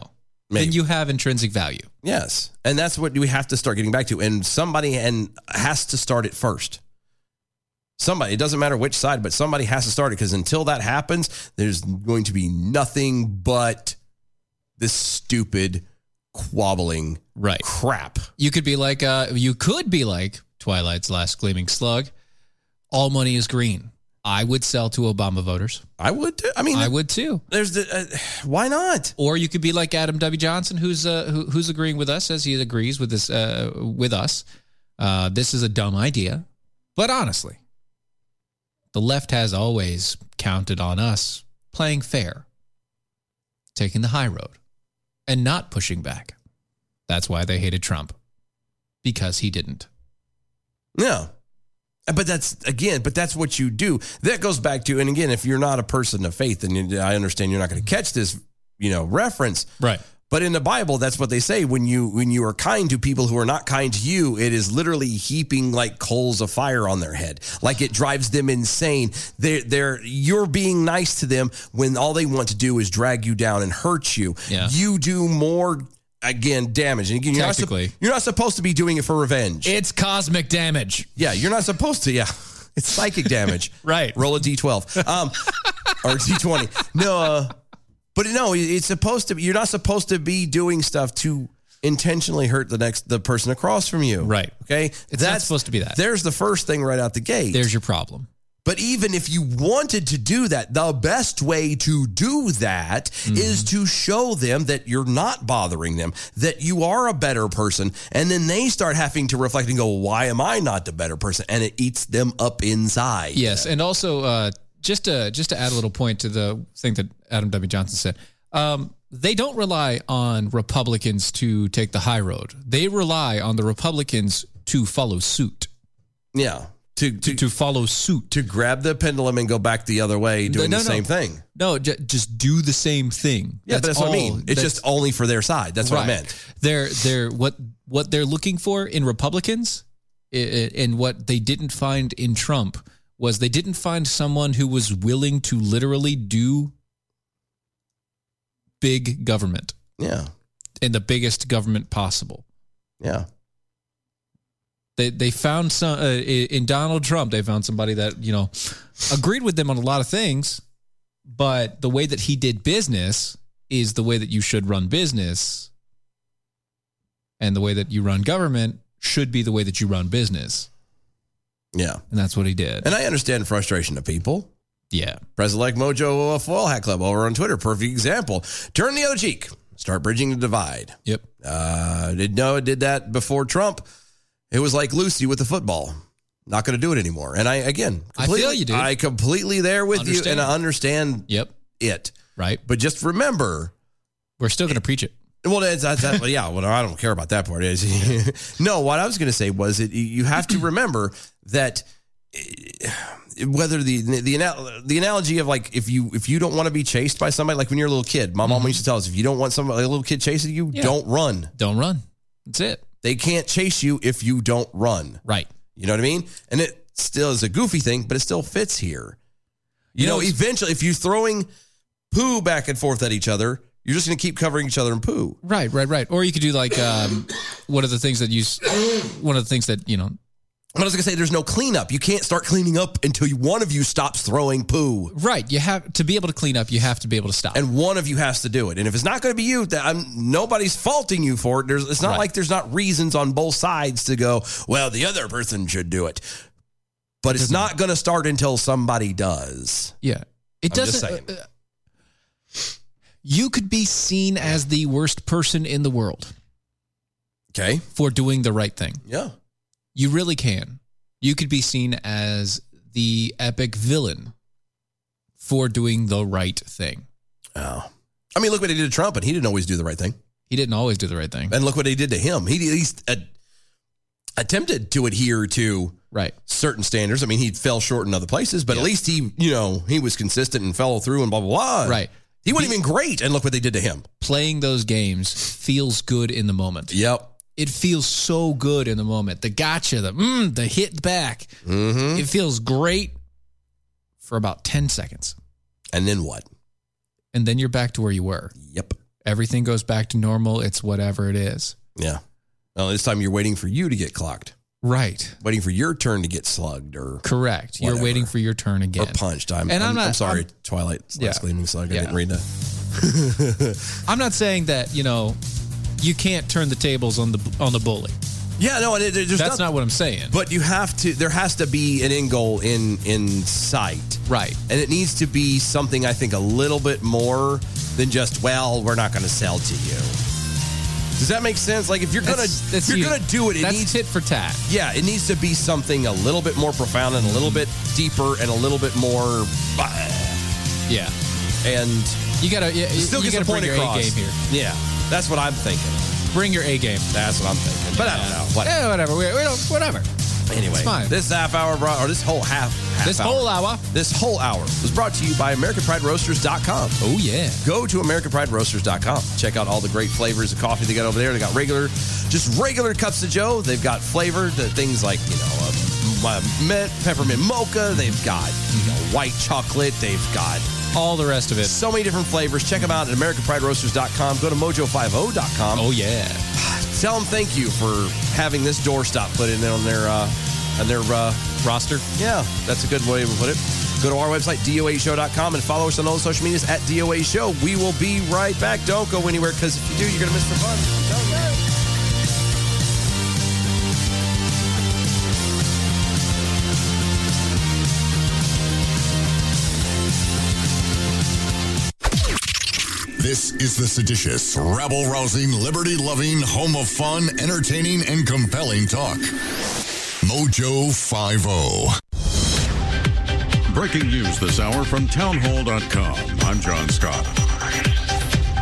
Maybe. Then you have intrinsic value. yes, and that's what we have to start getting back to. And somebody and has to start it first. Somebody, it doesn't matter which side, but somebody has to start it because until that happens, there's going to be nothing but this stupid quabbling Right. crap. You could be like, uh, you could be like Twilight's last gleaming slug. All money is green. I would sell to Obama voters. I would. Too. I mean, I would too. There's the uh, why not? Or you could be like Adam W. Johnson, who's uh, who, who's agreeing with us as he agrees with this uh, with us. Uh, this is a dumb idea, but honestly, the left has always counted on us playing fair, taking the high road, and not pushing back. That's why they hated Trump because he didn't. No. But that's again, but that's what you do. That goes back to, and again, if you're not a person of faith, and you- I understand you're not going to catch this, you know, reference, Right. But in the Bible, that's what they say when you when you are kind to people who are not kind to you, it is literally heaping like coals of fire on their head, like it drives them insane. They're, they're you're being nice to them when all they want to do is drag you down and hurt you. Yeah. You do more again damage, and again, you're not, sup- Technically. you're not supposed to be doing it for revenge. It's cosmic damage. Yeah, you're not supposed to. Yeah. It's psychic damage. Right. Roll a d12. Um, or d20. No, uh, but no, it- it's supposed to be, you're not supposed to be doing stuff to intentionally hurt the next, the person across from you. Right. Okay. not supposed to be that. There's the first thing right out the gate. There's your problem. But even if you wanted to do that, the best way to do that is Mm-hmm. to show them that you're not bothering them, that you are a better person. And then they start having to reflect and go, why am I not the better person? And it eats them up inside. Yes, and also uh, just to just to add a little point to the thing that Adam W. Johnson said, um, they don't rely on Republicans to take the high road. They rely on the Republicans to follow suit. Yeah. To, to, To, to, to follow suit. grab the pendulum and go back the other way doing No, the no. same thing. no, ju- just do the same thing. Yeah, but that's what I all. mean. It's That's- just only for their side. That's what I meant. They're they're what what they're looking for in Republicans, i- i- and what they didn't find in Trump was they didn't find someone who was willing to literally do big government Yeah. and the biggest government possible. Yeah. They they found some uh, i- in Donald Trump. They found somebody that you know agreed with them on a lot of things, but the way that he did business is the way that you should run business, and the way that you run government should be the way that you run business, Yeah. and that's what he did. And I understand frustration of people. yeah, President-elect Mojo Foil Hat Club over on Twitter. Perfect example. Turn the other cheek. Start bridging the divide. yep, Uh, did Noah did that before Trump? It was like Lucy with the football. Not going to do it anymore. And I again, I feel completely, you, dude. I completely there with you, Understand. and I understand yep, it. right. But just remember, We're still gonna preach it. well, that's, that's, that- well, yeah. Well, I don't care about that part. Is no. What I was going to say was that you have to remember that eh, whether the the anal- the analogy of like if you if you don't want to be chased by somebody like when you're a little kid, my mom used to tell us if you don't want somebody a little kid chasing you, Yeah. don't run. Don't run. That's it. They can't chase you if you don't run. Right. You know what I mean? And it still is a goofy thing, but it still fits here. You, You know, know, it's- eventually, if you're throwing poo back and forth at each other, you're just going to keep covering each other in poo. Right, right, right. Or you could do like um, one of the things that you, s- one of the things that you know. But I was going to say, there's no cleanup. You can't start cleaning up until you, one of you stops throwing poo, Right, you have to be able to clean up. You have to be able to stop. and one of you has to do it. And if it's not going to be you, that I'm, nobody's faulting you for it. There's, it's not Right. like there's not reasons on both sides to go. Well, the other person should do it, but it's not going to start until somebody does. Yeah. It I'm just doesn't. saying. uh, uh, you could be seen as the worst person in the world Okay. for doing the right thing. Yeah. You really can. You could be seen as the epic villain for doing the right thing. Oh. I mean, look what he did to Trump, and he didn't always do the right thing. He didn't always do the right thing. And look what he did to him. He at least uh, attempted to adhere to Right. certain standards. I mean, he fell short in other places, but at least he, you know, he was consistent and followed through and blah, blah, blah. Right. He wasn't even great. And look what they did to him. Playing those games feels good in the moment. Yep. It feels so good in the moment. The gotcha, the mm, the hit back. hmm It feels great for about 10 seconds. And then what? And then you're back to where you were. Yep. everything goes back to normal. It's whatever it is. Yeah. Well, this time you're waiting for you to get clocked, Right. waiting for your turn to get slugged or, Correct. You're Whatever. waiting for your turn or again. punched. I'm, And I'm, I'm I'm not- sorry, I'm- Twilight Yeah. Last Gleaming Slug. I Yeah. didn't read that. I'm not saying that, you know, you can't turn the tables on the on the bully. Yeah, no, it, it- there's That's not what I'm saying. But you have to. There has to be an end goal in in sight, Right. and it needs to be something I think a little bit more than just well, we're not going to sell to you. Does that make sense? Like if you're gonna That's- that's if you. you're gonna do it, it That's needs tit for tat. yeah, it needs to be something a little bit more profound and a little bit deeper and a little bit more Yeah. and You gotta. Yeah, it still you gets gotta the bring point your across. A game here. Yeah, that's what I'm thinking. Bring your A game. That's what I'm thinking. But I don't know. What, Yeah, whatever. We, we don't. Whatever. anyway, fine. this half hour brought or this whole half, half This whole hour. this whole hour was brought to you by AmericanPrideRoasters.com. Oh yeah. Go to AmericanPrideRoasters.com. Check out all the great flavors of coffee they got over there. They got regular, just regular cups of Joe. They've got flavored the things like you know, uh, m- uh, mint, peppermint mocha. They've got you know, white chocolate. They've got All the rest of it. so many different flavors. Check them out at AmericanPrideRoasters.com. Go to Mojo50.com. Oh yeah. Tell them thank you for having this doorstop put in on their uh, on their uh, roster. Yeah, that's a good way to put it. Go to our website, doashow.com, and follow us on all the social medias at DOA Show. We will be right back. Don't go anywhere because if you do, you're going to miss the fun. Don't go. This is the seditious, rabble rousing, liberty loving, home of fun, entertaining, and compelling talk. Mojo oh. 50. Breaking news this hour from townhall.com. I'm John Scott.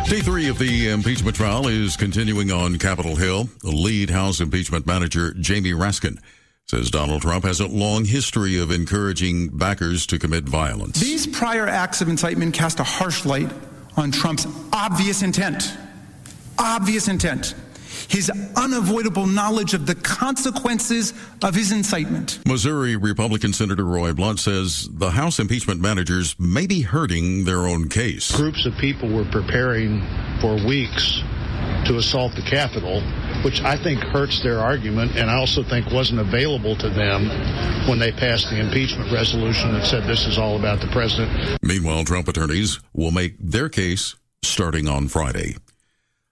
Day three of the impeachment trial is continuing on Capitol Hill. The lead House impeachment manager, Jamie Raskin, says Donald Trump has a long history of encouraging backers to commit violence. These prior acts of incitement cast a harsh light on Trump's obvious intent. Obvious intent. His unavoidable knowledge of the consequences of his incitement. Missouri Republican Senator Roy Blunt says the House impeachment managers may be hurting their own case. groups of people were preparing for weeks to assault the Capitol, which I think hurts their argument and I also think wasn't available to them when they passed the impeachment resolution that said this is all about the president. Meanwhile, Trump attorneys will make their case starting on Friday.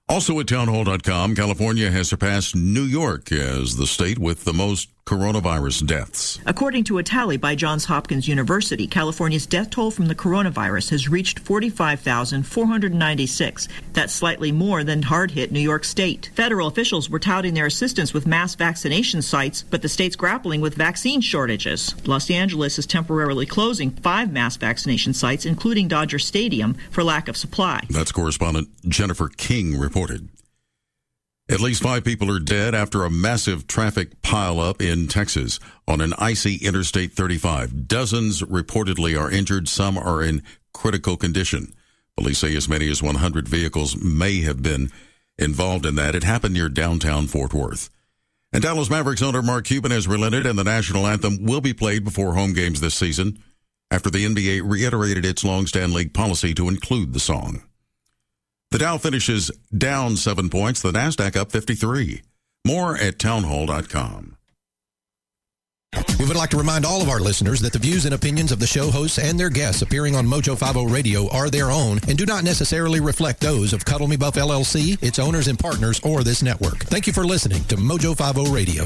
Also at townhall.com, California has surpassed New York as the state with the most coronavirus deaths. According to a tally by Johns Hopkins University, California's death toll from the coronavirus has reached 45,496. That's slightly more than hard hit New York State. Federal officials were touting their assistance with mass vaccination sites, but the state's grappling with vaccine shortages. Los Angeles is temporarily closing five mass vaccination sites, including Dodger Stadium, for lack of supply. That's correspondent Jennifer King reported. At least five people are dead after a massive traffic pileup in Texas on an icy Interstate 35. Dozens reportedly are injured. Some are in critical condition. Police say as many as 100 vehicles may have been involved in that. It happened near downtown Fort Worth. And Dallas Mavericks owner Mark Cuban has relented, and the national anthem will be played before home games this season after the NBA reiterated its long-standing league policy to include the song. The Dow finishes down seven points, the NASDAQ up 53. More at townhall.com. We would like to remind all of our listeners that the views and opinions of the show hosts and their guests appearing on Mojo 50 Radio are their own and do not necessarily reflect those of Cuddle Me Buff LLC, its owners and partners, or this network. Thank you for listening to Mojo 50 Radio.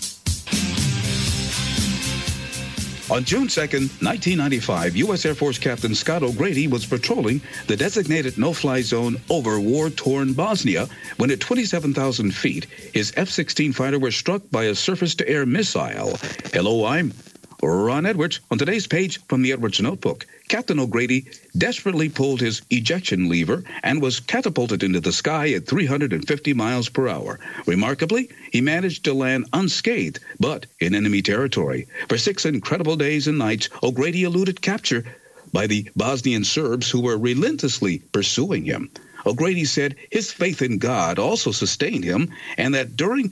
On June 2nd, 1995, U.S. Air Force Captain Scott O'Grady was patrolling the designated no fly zone over war torn Bosnia when, at 27,000 feet, his F 16 fighter was struck by a surface to air missile. Hello, I'm Ron Edwards. On today's page from the Edwards Notebook, Captain O'Grady desperately pulled his ejection lever and was catapulted into the sky at 350 miles per hour. Remarkably, he managed to land unscathed, but in enemy territory. For six incredible days and nights, O'Grady eluded capture by the Bosnian Serbs who were relentlessly pursuing him. O'Grady said his faith in God also sustained him, and that during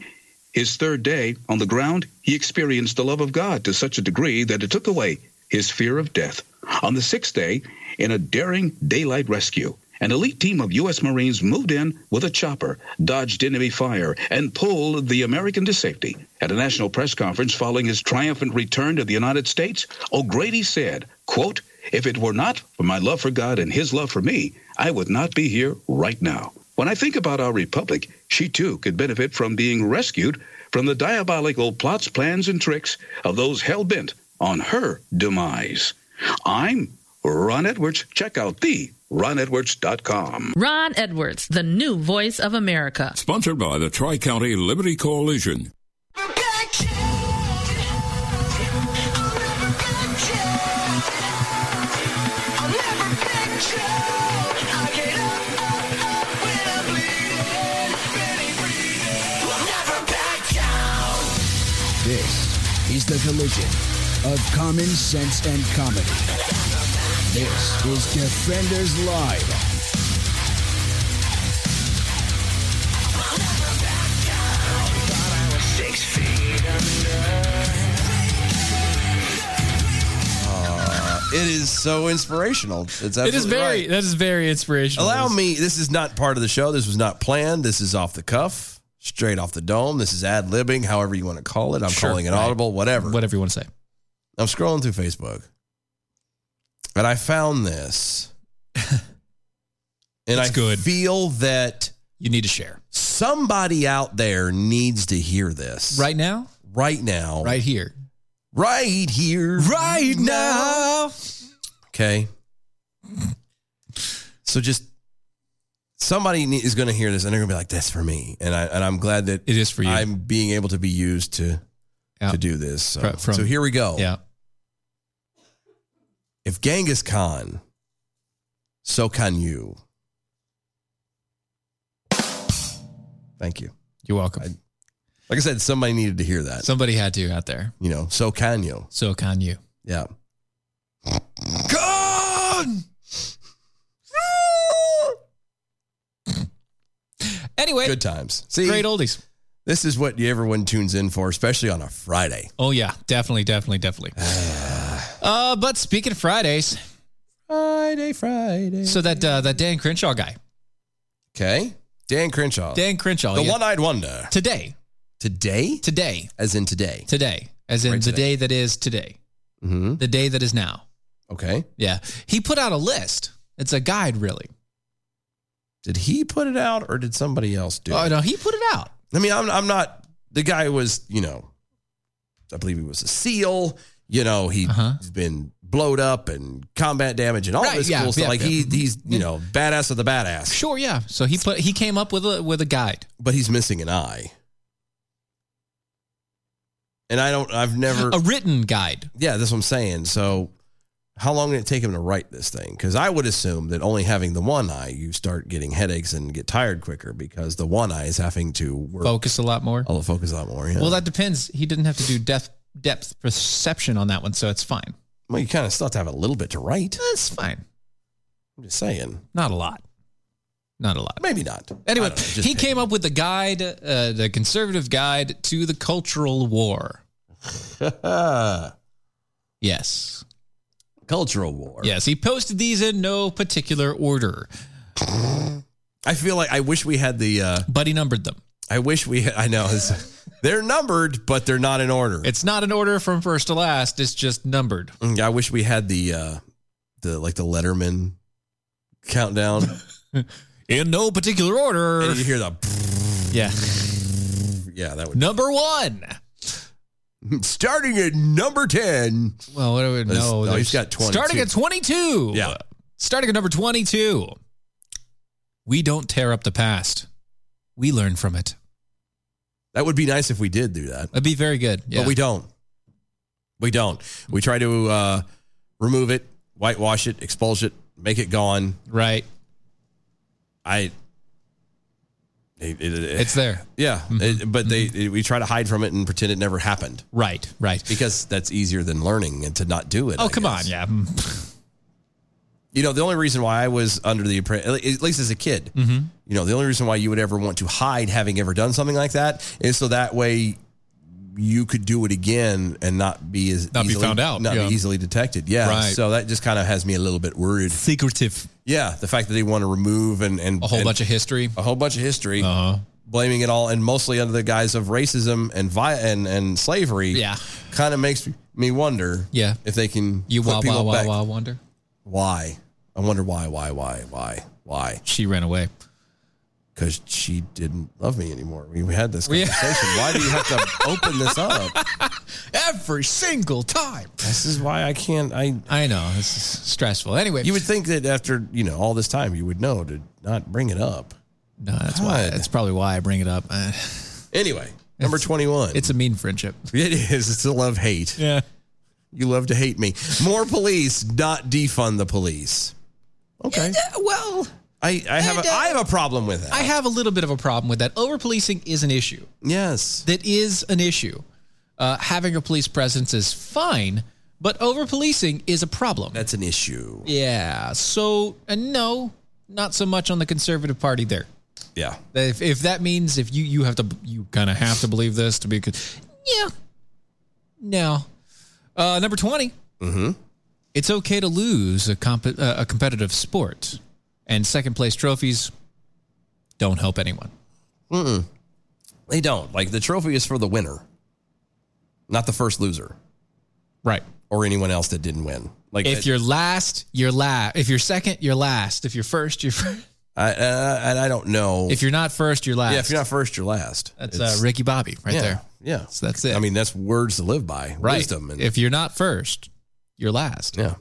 his third day on the ground, he experienced the love of God to such a degree that it took away his fear of death. On the sixth day, in a daring daylight rescue, an elite team of U.S. Marines moved in with a chopper, dodged enemy fire, and pulled the American to safety. At a national press conference following his triumphant return to the United States, O'Grady said, quote, If it were not for my love for God and his love for me, I would not be here right now. When I think about our republic, she too could benefit from being rescued from the diabolical plots, plans, and tricks of those hell bent on her demise. I'm Ron Edwards. Check out the ronedwards.com. Ron Edwards, the new voice of America. Sponsored by the Tri County Liberty Coalition. This is the collision of common sense and comedy. This is Defenders Live. Uh, it is so inspirational. It's It is absolutely very right. that is very inspirational. Allow me. This is not part of the show. This was not planned. This is off the cuff, straight off the dome. This is ad libbing, however you want to call it. I'm Sure, calling it right. audible, whatever. Whatever you want to say. I'm scrolling through Facebook, and I found this, and I good. feel that you need to share. Somebody out there needs to hear this Right now? Right now. Right here. Right here. Right now. Okay. So just somebody ne- is going to hear this and they're going to be like, "That's for me," and I and I'm glad that it is for you. I'm being able to be used to to do this. So, Fro- from- so here we go. Yeah. If Genghis Khan, so can you. Thank you. You're welcome. like I said, somebody needed to hear that. Somebody had to out there. You know, so can you. So can you. Yeah. Anyway, good times. See, great oldies. This is what everyone tunes in for, especially on a Friday. Oh yeah, definitely, definitely, definitely. uh, but speaking of Fridays, Friday, Friday. so that uh, that Dan Crenshaw guy, Okay. Dan Oh, Crenshaw. Dan Crenshaw, The yeah. one-eyed wonder. today, Today? today, As in today. today, as in Right the today. day that is today, Mm-hmm. the day that is now. Okay. Yeah, he put out a list. It's a guide, really. Did he put it out or did somebody else do it? Oh no, he put it out. I mean, I'm, I'm not, the guy was, you know, I believe he was a SEAL. You know, he, has been blowed up and combat damage and all Right, this yeah, cool stuff. yeah, like yeah. he, he's, you know, badass of the badass. Sure, yeah. So he put he came up with a with a guide. But he's missing an eye. And I don't, I've never. A written guide. Yeah, that's what I'm saying. So, how long did it take him to write this thing? Because I would assume that only having the one eye, you start getting headaches and get tired quicker because the one eye is having to work. Focus a lot more. I'll focus a lot more. Yeah. Well, that depends. He didn't have to do depth depth perception on that one, so it's fine. Well, you kind of still have to have a little bit to write. That's fine. I'm just saying. Not a lot. Not a lot. Maybe not. Anyway, he came up with the guide, uh, the conservative guide to the cultural war. yes. Cultural war. Yes, he posted these in no particular order. I feel like I wish we had the. Uh, but he numbered them. I wish we. had- I know it's- they're numbered, but they're not in order. It's not an order from first to last. It's just numbered. Mm, I wish we had the uh, the like the Letterman countdown in no particular order. And you hear the Yeah. yeah that would Number one. starting at number ten. Well, what do we There's- know? no, he's There's- got 22. Starting at 22. Yeah. Starting at number 22. We don't tear up the past. We learn from it. That would be nice if we did do that. That'd be very good. Yeah. But we don't. We don't. We try to uh, remove it, whitewash it, expulse it, make it gone. Right. I. it- it- it- It's there. Yeah, it- but they it- we try to hide from it and pretend it never happened. Right, right. Because that's easier than learning and to not do it. oh, I come guess. on. Yeah. Mm. You know, the only reason why I was under the appra- at least as a kid, Mm-hmm. you know, the only reason why you would ever want to hide having ever done something like that is so that way you could do it again and not be as Not be easily- found out, not yeah. be easily detected. Yeah, Right. so that just kind of has me a little bit worried. Secretive. Yeah, the fact that they want to remove and and A whole and- bunch of history. a whole bunch of history, Uh-huh. blaming it all and mostly under the guise of racism and vi- and and slavery. Yeah. kind of makes me wonder. Yeah. if they can You put wah wah people wah back. wah wonder. Why? I wonder why, why, why, why, why. She ran away. Because she didn't love me anymore. We had this conversation. why do you have to open this up? Every single time. This is why I can't. I I know. It's stressful. Anyway, you would think that after, you know, all this time, you would know to not bring it up. No, that's why. That's probably why I bring it up. Uh, Anyway, number 21. It's a mean friendship. It is. It's a love hate. Yeah. You love to hate me. More police, not defund the police. Okay. well, I, I have a, I have a problem with that. uh, I have a little bit of a problem with that. Over policing is an issue. Yes. That is an issue. Uh, having a police presence is fine, but over policing is a problem. That's an issue. Yeah. So, and no, not so much on the conservative party there. Yeah. If, if that means if you, you have to, you kind of have to believe this to be good. Yeah. No. Uh, number 20. Mm-hmm. It's okay to lose a, comp- uh, a competitive sport, and second place trophies don't help anyone. Mm-mm. They don't. Like the trophy is for the winner, not the first loser. Right. Or anyone else that didn't win. Like if it- you're last, you're last. If you're second, you're last. If you're first, you're first. I, uh, I, I- I don't know. If you're not first, you're last. Yeah, if you're not first, you're last. That's uh, Ricky Bobby right yeah, there. Yeah. So that's it. I mean, that's words to live by. Right. Wisdom. And, if you're not first, you're last. Yeah.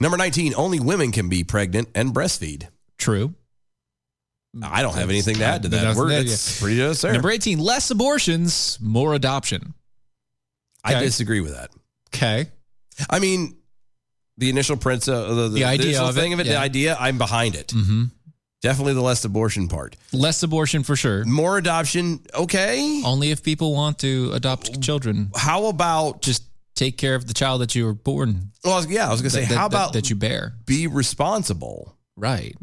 Number 19, only women can be pregnant and breastfeed. True. I don't have anything to add to that. Nothing We're, there, it's yeah. pretty good, sir. Number 18, less abortions, more adoption. I Okay. disagree with that. Okay. I mean, the initial prince, uh, the, the, idea initial of it, thing of it, the yeah. idea, I'm behind it. Mm-hmm. Definitely the less abortion part. Less abortion for sure. More adoption, okay. Only if people want to Oh, adopt children. How about just take care of the child that you were born? Well, I was- yeah, I was going to say, That- that- how about that you bear? Be responsible. Right.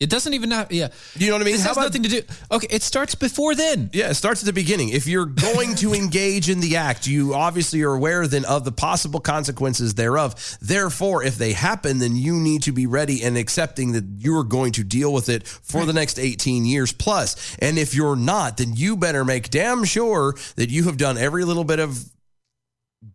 It doesn't even have, yeah. You know what I mean? This How has about- nothing to do. Okay, it starts before then. Yeah, it starts at the beginning. If you're going to engage in the act, you obviously are aware then of the possible consequences thereof. Therefore, if they happen, then you need to be ready and accepting that you're going to deal with it for the next 18 years plus. And if you're not, then you better make damn sure that you have done every little bit of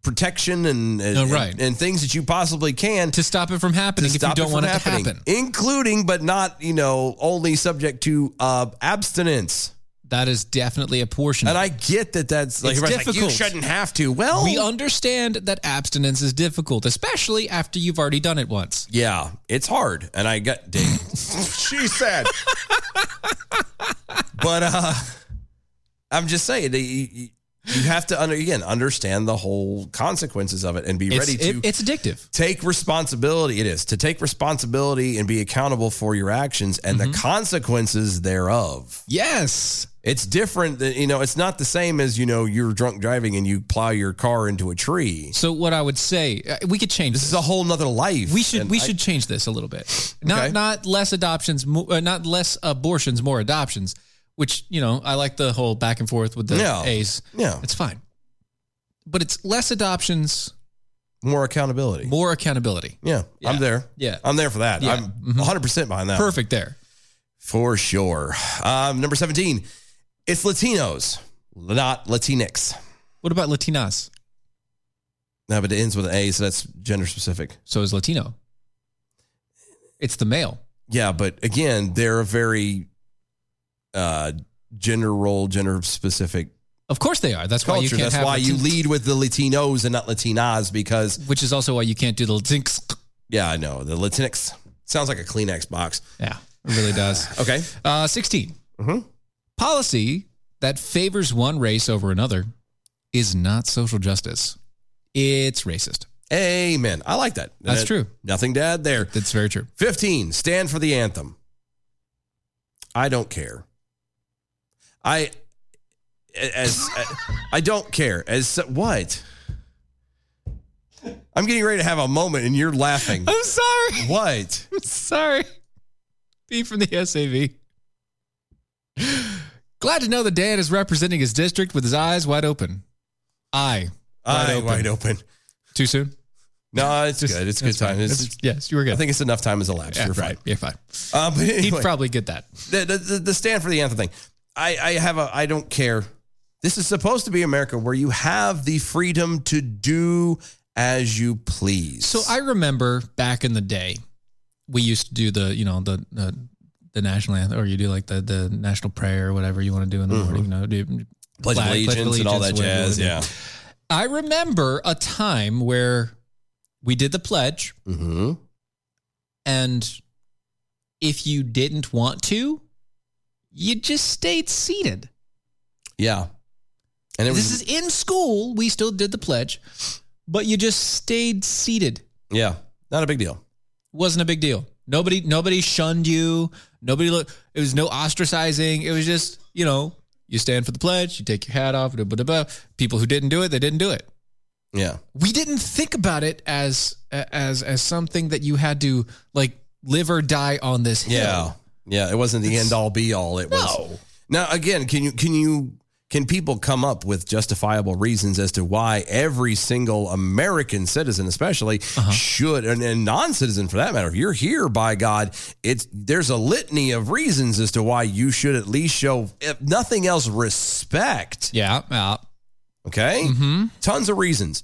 protection and and, Oh, right. and, and things that you possibly can to stop it from happening if you don't want it to happen. including but not you know only subject to uh, abstinence. That is definitely a portion. And I get that that's like, It's everybody's like, difficult. you shouldn't have to. Well, we understand that abstinence is difficult, especially after you've already done it once. yeah, it's hard. And I got dang, she said. but uh I'm just saying that you, you- you have to under, again understand the whole consequences of it and be It's- ready to it- it's addictive. take responsibility. It is to take responsibility and be accountable for your actions and Mm-hmm. the consequences thereof. Yes. It's different than, you know, it's not the same as, you know, you're drunk driving and you plow your car into a tree. So what I would say, uh, we could change. This, is a whole nother life. We should And we I- should change this a little bit. Not Okay. not less adoptions, mo- uh, not less abortions, more adoptions. Which you know, I like the whole back and forth with the Yeah. A's. Yeah. it's fine. But it's less adoptions, more accountability, more accountability. Yeah, I'm there. Yeah. I'm there for that. Yeah. Mm-hmm. I'm 100% behind that. Perfect there. For sure. Um, number 17, it's Latinos, not Latinx. What about Latinas? No, but it ends with an A, so that's gender specific. So is Latino. It's the male. Yeah, but again, they're a very uh, gender role, gender specific Of course they are. That's why you culture. can't That's have why you Latin- lead with the Latinos and not Latinas because. Which is also why you can't do the Latinx. Yeah, I know. The Latinx sounds like a Kleenex box. Yeah, it really does. okay. Mm-hmm. Uh, 16. Policy that favors one race over another is not social justice. It's racist. Amen. I like that. That's That- true. Nothing to add there. That's very true. 15, stand for the anthem. I don't care. I as uh, I don't care. As what? I'm getting ready to have a moment and you're laughing. I'm sorry. What? I'm sorry. B from the SAV. Glad to know that Dan is representing his district with his eyes wide open. Eye. Eye wide open. Too soon? No, it's good. It's good that's fine. time. It's, It's- yes, you were good. I think it's enough time has elapsed. Yeah, You're right. fine. You're fine. Uh, but He'd anyway, probably get that. the, the, the- the stand for the anthem thing. I, I have a. I don't care. This is supposed to be America, where you have the freedom to do as you please. So I remember back in the day, we used to do the you know the the, the national anthem, or you do like the the national prayer or whatever you want to do in the morning. You know, do Mm-hmm. Pledge of flag, allegiance, and all that allegiance, whatever you jazz. wanna do. Yeah. I remember a time where we did the pledge, Mm-hmm. and if you didn't want to, you just stayed seated. Yeah. And it this was- is in school. We still did the pledge, but you just stayed seated. Yeah. Not a big deal. Wasn't a big deal. Nobody, nobody shunned you. Nobody look. It was no ostracizing. It was just you know you stand for the pledge. You take your hat off. Blah, blah, blah. People who didn't do it, they didn't do it. Yeah. We didn't think about it as as as something that you had to like live or die on this hill. Yeah. Yeah. It wasn't the end all be all. It was. Now again, can you can you can people come up with justifiable reasons as to why every single American citizen, especially, should and, and non-citizen for that matter, if you're here by God, it's there's a litany of reasons as to why you should at least show, if nothing else, respect. Yeah. Yeah. Okay. Tons of reasons.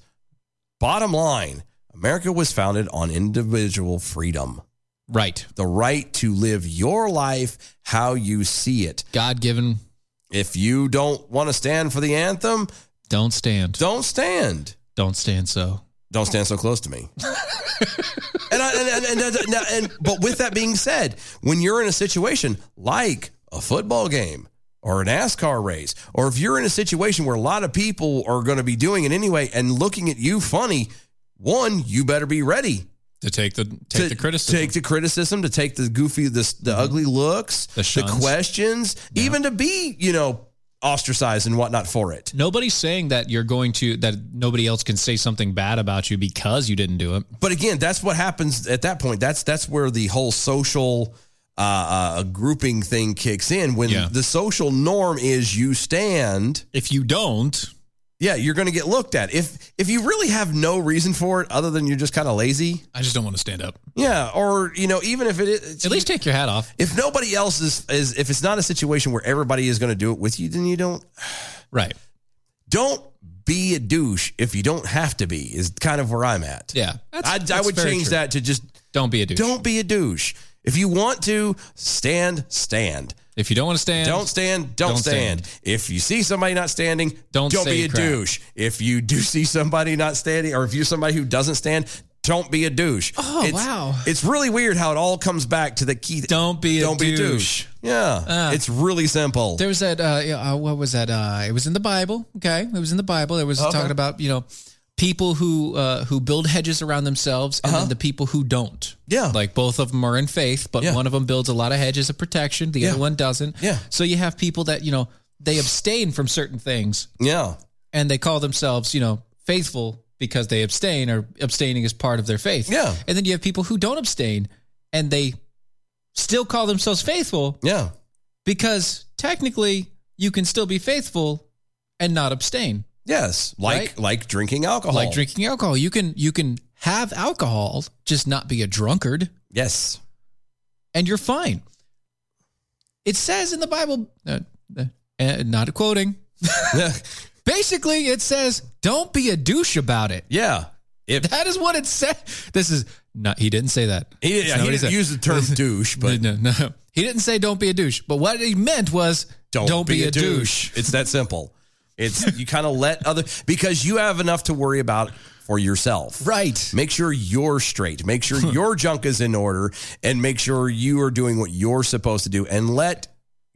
Bottom line, America was founded on individual freedom. Right. The right to live your life how you see it. God given. If you don't want to stand for the anthem, don't stand. Don't stand. Don't stand so. Don't stand so close to me. and, I, and, and, and, and, and- but with that being said, when you're in a situation like a football game or a NASCAR race, or if you're in a situation where a lot of people are going to be doing it anyway and looking at you funny, one, you better be ready to take the take the criticism, Mm-hmm. take the criticism, to take the goofy, the the ugly looks, the, shuns. questions, even to be you know ostracized and whatnot for it. Nobody's saying that you're going to that nobody else can say something bad about you because you didn't do it. But again, that's what happens at that point. That's that's where the whole social uh, uh, grouping thing kicks in. When Yeah. the social norm is you stand. If you don't, yeah, you're going to get looked at. If if you really have no reason for it other than you're just kind of lazy. I just don't want to stand up. Yeah, or you know, even if it is, At least take your hat off. If nobody else is, is if it's not a situation where everybody is going to do it with you, then you don't. Right. Don't be a douche if you don't have to be. Is kind of where I'm at. Yeah, I, I would change that to just don't be a douche. Don't be a douche. If you want to stand, stand. If you don't want to stand, don't stand. Don't, don't stand. If you see somebody not standing, Don't don't say be a crap. douche. If you do see somebody not standing, or if you're somebody who doesn't stand, don't be a douche. Oh, it's, wow. It's really weird how it all comes back to the key. Don't be a don't be a douche. douche. Yeah, Ah. it's really simple. There was that. Uh, yeah, uh, what was that? Uh, it was in the Bible. Okay, it was in the Bible. It was Okay. talking about you know people who uh, who build hedges around themselves and then the people who don't. Yeah, like both of them are in faith, but one of them builds a lot of hedges of protection. The Yeah. other one doesn't. Yeah. So you have people that you know they abstain from certain things. Yeah. And they call themselves you know faithful because they abstain or abstaining is part of their faith. Yeah. And then you have people who don't abstain and they still call themselves faithful. Yeah. Because technically you can still be faithful and not abstain. Yes, like Right? like drinking alcohol. Like drinking alcohol. You can you can have alcohol, just not be a drunkard. Yes. And you're fine. It says in the Bible uh, uh, uh, not quoting. Basically, it says don't be a douche about it. Yeah. that is what it said. This is not he didn't say that. He, That's yeah, not he what didn't said. use the term douche, but no, no, no. He didn't say don't be a douche, but what he meant was don't, be, a, douche. It's that simple. It's you kind of let other because you have enough to worry about for yourself. Right. Make sure you're straight. Make sure your junk is in order and make sure you are doing what you're supposed to do and let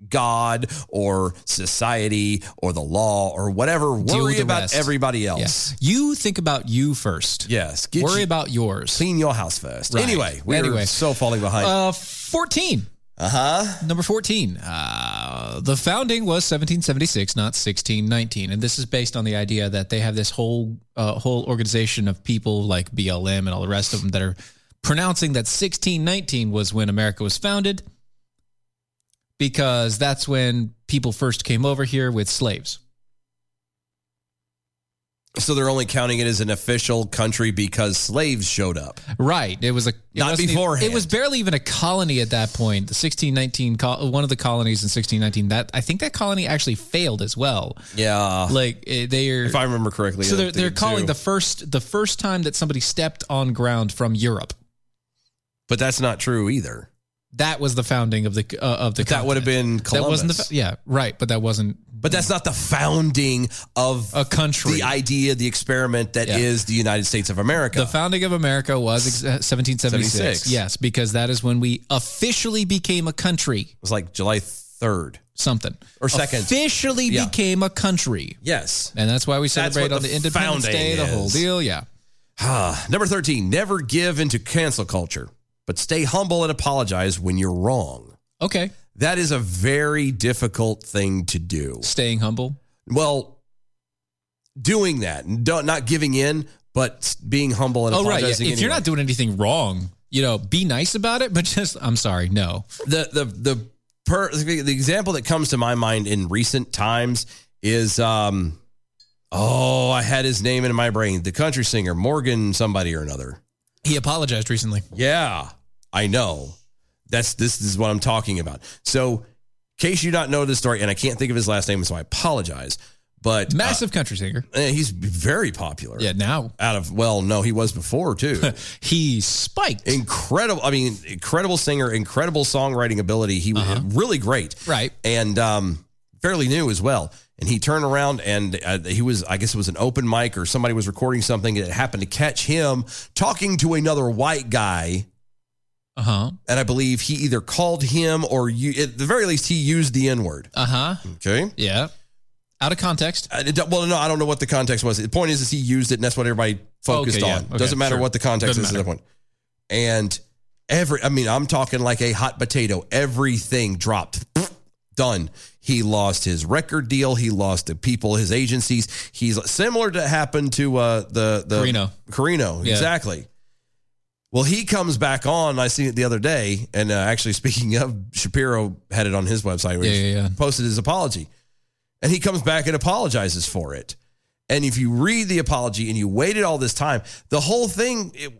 God or society or the law or whatever Deal with worry the about rest. everybody else. You think about you first. Yes. Worry about yours. Clean your house first. Right. Anyway, we're Anyway. so falling behind. Uh, 14. Uh huh. Number 14. Uh, the founding was 1776, not 1619. And this is based on the idea that they have this whole, uh, whole organization of people like BLM and all the rest of them that are pronouncing that 1619 was when America was founded because that's when people first came over here with slaves. So they're only counting it as an official country because slaves showed up. Right. It was a it Not wasn't even- beforehand. It was barely even a colony at that point. The 1619 col- one of the colonies in 1619 that I think that colony actually failed as well. Yeah. Like eh, they are If I remember correctly. So I they're think they're it calling too. the first the first time that somebody stepped on ground from Europe. But that's not true either. That was the founding of the uh, of the. That would have been Columbus. That wasn't the fa- yeah right, but that wasn't. But that's not the founding of a country. The idea, the experiment that is Yeah. the United States of America. The founding of America was ex- 1776. 76. Yes, because that is when we officially became a country. it was like July 3rd. Something. Or second. Officially Yeah. became a country. Yes. And that's why we That's celebrate what on the, the Independence founding Day, the whole is. deal. Yeah. Ah, number 13, never give into cancel culture, but stay humble and apologize when you're wrong. Okay. That is a very difficult thing to do. Staying humble? Well, doing that, and don't, not giving in, but s- being humble and Oh, right. apologizing. yeah. If you're anyway. not doing anything wrong, you know, be nice about it, but just, I'm sorry, no. the the the per, the example that comes to my mind in recent times is um oh I had his name in my brain the country singer Morgan somebody or another he apologized recently yeah I know that's this is what I'm talking about so in case you not know this story and I can't think of his last name so I apologize but Massive country singer uh, eh, he's very popular yeah now out of well no he was before too he spiked incredible I mean incredible singer incredible songwriting ability he was really great Right. and um, fairly new as well. And he turned around and uh, he was, I guess it was an open mic or somebody was recording something. And it happened to catch him talking to another white guy. Uh huh. And I believe he either called him or you, at the very least, he used the N word. Uh huh. Okay. Yeah. Out of context. well, no, I don't know what the context was. The point is, is he used it, and that's what everybody focused Okay, yeah. on. Okay, Doesn't matter sure. what the context Doesn't is at matter. that point. And every, I mean, I'm talking like a hot potato. Everything dropped. Done. He lost his record deal. He lost the people, his agencies. He's similar to happened to uh, the the Carino. Carino, Yeah. exactly. Well, he comes back on. I seen it the other day, and uh, actually, speaking of Shapiro, had it on his website. Where Yeah, he yeah, yeah. Posted his apology, and he comes back and apologizes for it. And if you read the apology and you waited all this time, the whole thing it,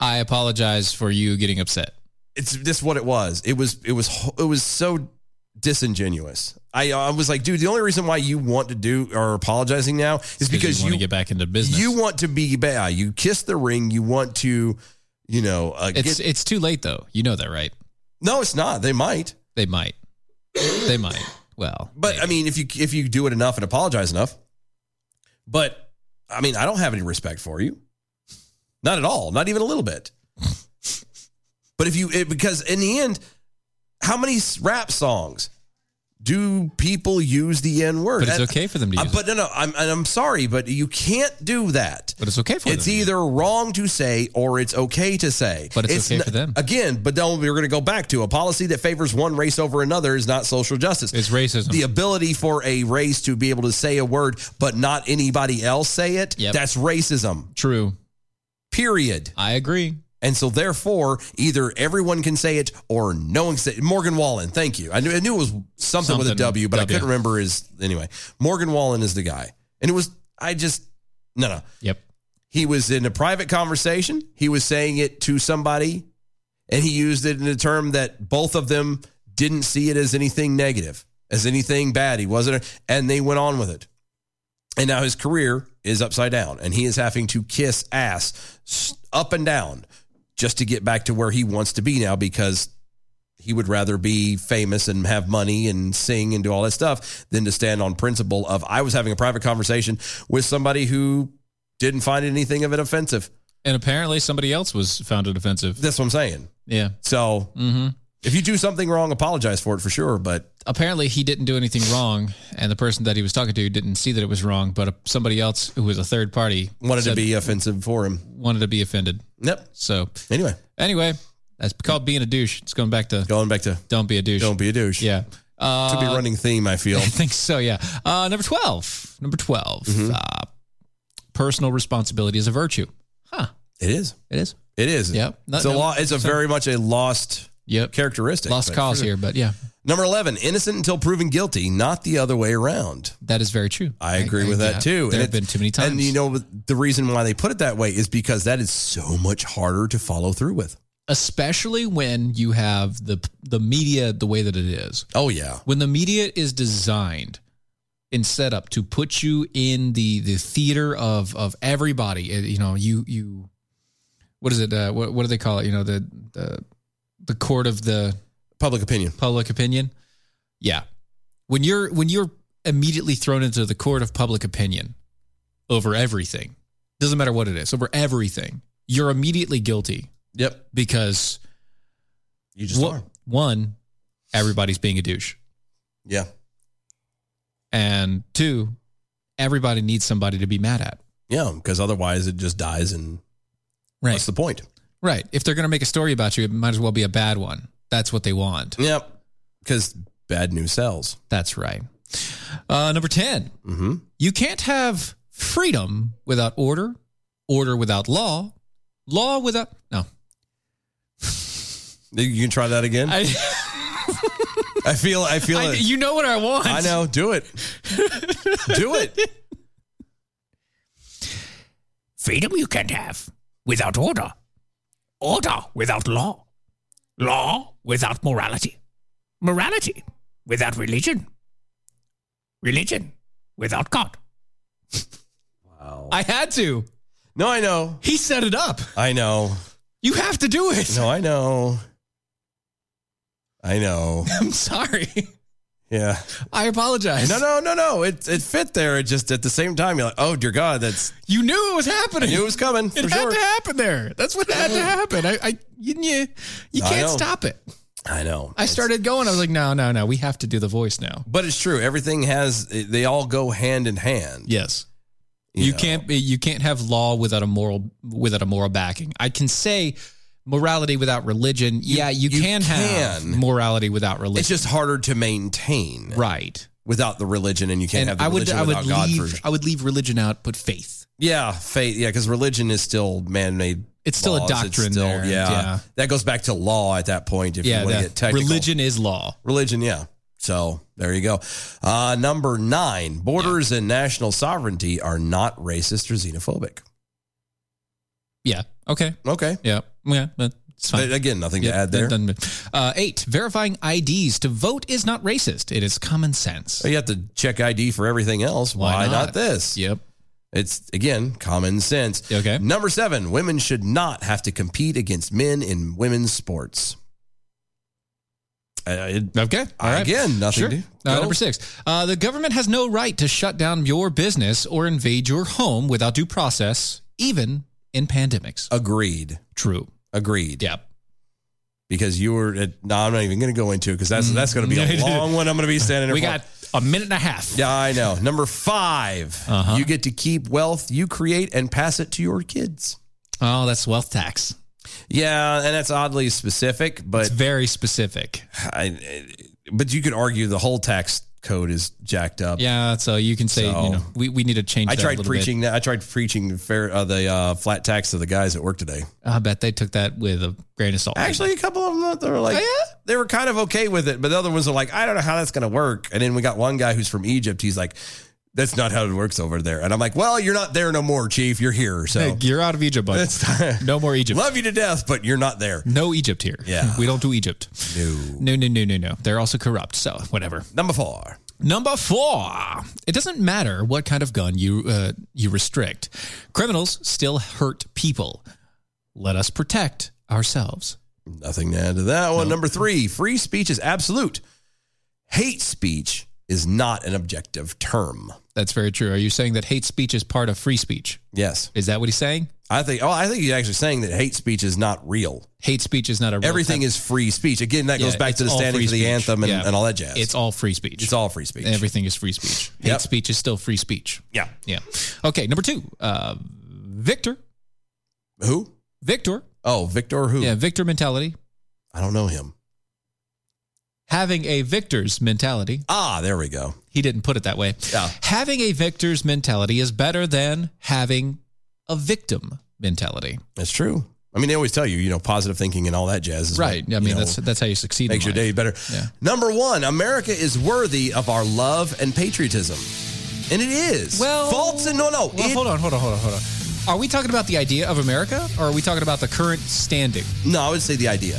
I apologize for you getting upset. it's just what it was. It was it was ho- it was so disingenuous. I I was like, dude, the only reason why you want to do or apologizing now is because you want you to get back into business. you want to be bad. You kiss the ring. You want to, you know, uh, it's get- it's too late though. You know that, right? No, it's not. They might. They might. They might. Well, But I mean, if you if you do it enough and apologize enough, but I mean, I don't have any respect for you, not at all, not even a little bit. but if you it, because in the end, how many s- rap songs do people use the N word? uh, But it's okay for them to use it. But no, no, I'm and I'm sorry, but you can't do that. But it's okay for it's them to either wrong to say or it's okay to say. But it's okay for them. Again, but then we're going to go back to a policy that favors one race over another is not social justice. It's racism. The ability for a race to be able to say a word but not anybody else say it, Yep. that's racism. True. Period. I agree. And so therefore, either everyone can say it or no one can say it. Morgan Wallen, thank you. I knew, I knew it was something, with a Something W, but I I W. couldn't remember his anyway. Morgan Wallen is the guy. And it was I just no no. Yep. He was in a private conversation. He was saying it to somebody, and he used it in a term that both of them didn't see it as anything negative, as anything bad. He wasn't, and they went on with it. And now his career is upside down, and he is having to kiss ass s- up and down just to get back to where he wants to be now because he would rather be famous and have money and sing and do all that stuff than to stand on principle of I was having a private conversation with somebody who didn't find anything of it offensive. And apparently somebody else was found it offensive. That's what I'm saying. Yeah. So Mhm. if you do something wrong, apologize for it for sure. But Apparently he didn't do anything wrong, and the person that he was talking to didn't see that it was wrong, but somebody else who was a third party wanted to said- be offensive for him. wanted to be offended. Yep. So anyway, anyway, that's called being a douche. It's going back to going back to don't be a douche. Don't be a douche. Yeah. Uh, to be running theme, I feel. I think so. Yeah. Uh, number twelve. Number 12 Mm-hmm. Uh, personal responsibility is a virtue. Huh. It is. It is. It is. Yep. It's a No- lo- It's a very much a lost yep. characteristic. Lost but- cause here, but yeah. Number 11, innocent until proven guilty, not the other way around. That is very true. I agree with that yeah. too. There And have been it's- too many And you know the reason why they put it that way is because that is so much harder to follow through with. especially when you have the the media the way that it is. Oh yeah. When the media is designed and set up to put you in the the theater of of everybody, Uh, you know, you you what is it? Uh, what what do they call it? You know, the the the court of the public opinion. Public opinion. Yeah. When you're when you're immediately thrown into the court of public opinion over everything. Doesn't matter what it is, over everything. You're immediately guilty. Yep. Because you just one, one, everybody's being a douche. Yeah. And two, everybody needs somebody to be mad at. Yeah, because otherwise it just dies and Right. what's the point? Right. If they're going to make a story about you, it might as well be a bad one. That's what they want. Yep. Because bad news sells. Mm-hmm. That's right. Uh, number 10. You can't have freedom without order, order without law, law without. No. You can try that again. I, feel I feel I- it. you know what I want. I know, do it. do it. Freedom you can't have without order. Order without law. Law without morality. Morality without religion. Religion without God. I had to. No, I know. He set it up. I know. You have to do it. No, I know. I know. I'm sorry. Yeah. I apologize. No, no, no, no. It it fit there. It just at the same time you're like, oh dear God, that's You knew it was happening. I knew it was coming. It for had sure. to happen there. That's what had to happen. I, I you, you, you I can't know. stop it. I know. I started going. I was like, no, no, no. We have to do the voice now. But it's true. Everything has they all go hand in hand. Yes. You, can't be. You can't have law without a moral without a moral backing. I can say morality without religion. yeah, you, can, have can. morality without religion. It's just harder to maintain. Right. Without the religion and you can't have and the I would religion I would without God leave for I would leave religion out, put faith. Yeah, faith. Yeah, because religion is still man-made. It's still a doctrine there, Yeah. yeah. that goes back to law at that point. If Yeah, you want the- to get technical, religion is law. Religion, yeah. So there you go. Uh, number nine: borders and national sovereignty are not racist or xenophobic. Yeah. Okay. Okay. Yeah. Yeah. but It's fine. But again, nothing to Yeah, add there. that doesn't- Uh, eight. Verifying IDs to vote is not racist. It is common sense. You have to check ID for everything else. Why, not? this? Yep. It's again common sense. Okay. Number seven: women should not have to compete against men in women's sports. Uh, okay. Again, nothing. Sure. to- Uh, Go. number six. Uh, the government has no right to shut down your business or invade your home without due process, even in pandemics. Oh. Agreed. True. Agreed. Yep. Because you were at, no, I'm not even going to go into it because that's that's going to be a long one. I'm going to be standing. in Mm. We front. got a minute and a half. Yeah, I know. Number 5 Uh-huh. you get to keep wealth you create and pass it to your kids. Oh, that's wealth tax. Yeah, and that's oddly specific, but It's very specific. I, but you could argue the whole tax code is jacked up. Yeah. So you can say, So- you know, we, we need to change. I that a tried little bit. preaching that. I tried preaching the fair uh, the uh, flat tax to the guys at work today. I bet they took that with a grain of salt. Actually, a couple of them they were Oh, like, they were kind of okay with it, but the other ones are like, I don't know how that's going to work. And then we got one guy who's from Egypt. He's like, that's not how it works over there. And I'm like, well, you're not there no more, chief. You're here. So Hey, you're out of Egypt, buddy. no more Egypt. Love you to death, but you're not there. No Egypt here. Yeah. We don't do Egypt. No. No, no, no, no, no. They're also corrupt. So whatever. Number four. Number four. It doesn't matter what kind of gun you uh, you restrict. Criminals still hurt people. Let us protect ourselves. Nothing to add to that one. Number three, free speech is absolute. Hate speech is not an objective term. That's very true. Are you saying that hate speech is part of free speech? Yes. Is that what he's saying? I think. Oh, I think he's actually saying that hate speech is not real. Hate speech is not a real Everything type- is free speech. Again, that Yeah, goes back it's to the all standing free for the speech. anthem and, Yeah. and all that jazz. It's all free speech. It's all free speech. Everything is free speech. Hate speech is still free speech. Yeah. Yeah. Okay. Number two, uh, Victor. Who? Victor. Oh, Victor who? Yeah, Victor mentality. I don't know him. Having a victor's mentality. Ah, there we go. He didn't put it that way. Yeah. Having a victor's mentality is better than having a victim mentality. That's true. I mean, they always tell you, you know, positive thinking and all that jazz. Is Right. I you mean, know, that's that's how you succeed. makes in your life. day better. Yeah. Number one, America is worthy of our love and patriotism, and it is. Well, faults and no, no. Well, hold on, hold on, hold on, hold on. Are we talking about the idea of America, or are we talking about the current standing? No, I would say the idea.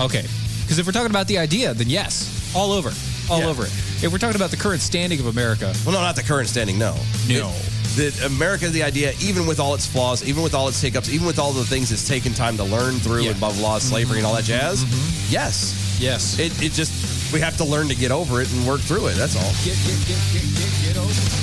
Okay, because if we're talking about the idea, then yes, all over, all over it. If we're talking about the current standing of America, Well, no, not the current standing. No, no. that America, the idea, even with all its flaws, even with all its hiccups, even with all the things it's taken time to learn through and above law, slavery, and all that jazz. Yes, yes. It, it just we have to learn to get over it and work through it. That's all. Get, get, get, get, get, get over. it.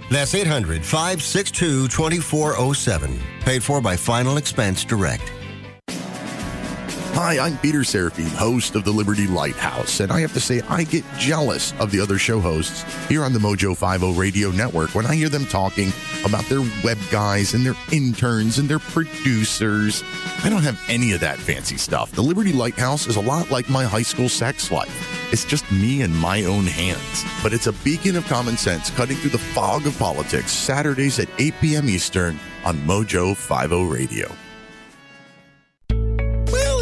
That's 800 562 2407. Paid for by Final Expense Direct. Hi, I'm Peter Seraphine, host of the Liberty Lighthouse, and I have to say I get jealous of the other show hosts here on the Mojo 50 Radio Network when I hear them talking about their web guys and their interns and their producers. I don't have any of that fancy stuff. The Liberty Lighthouse is a lot like my high school sex life. It's just me and my own hands. But it's a beacon of common sense cutting through the fog of politics Saturdays at 8 p.m. Eastern on Mojo 50 Radio. Well,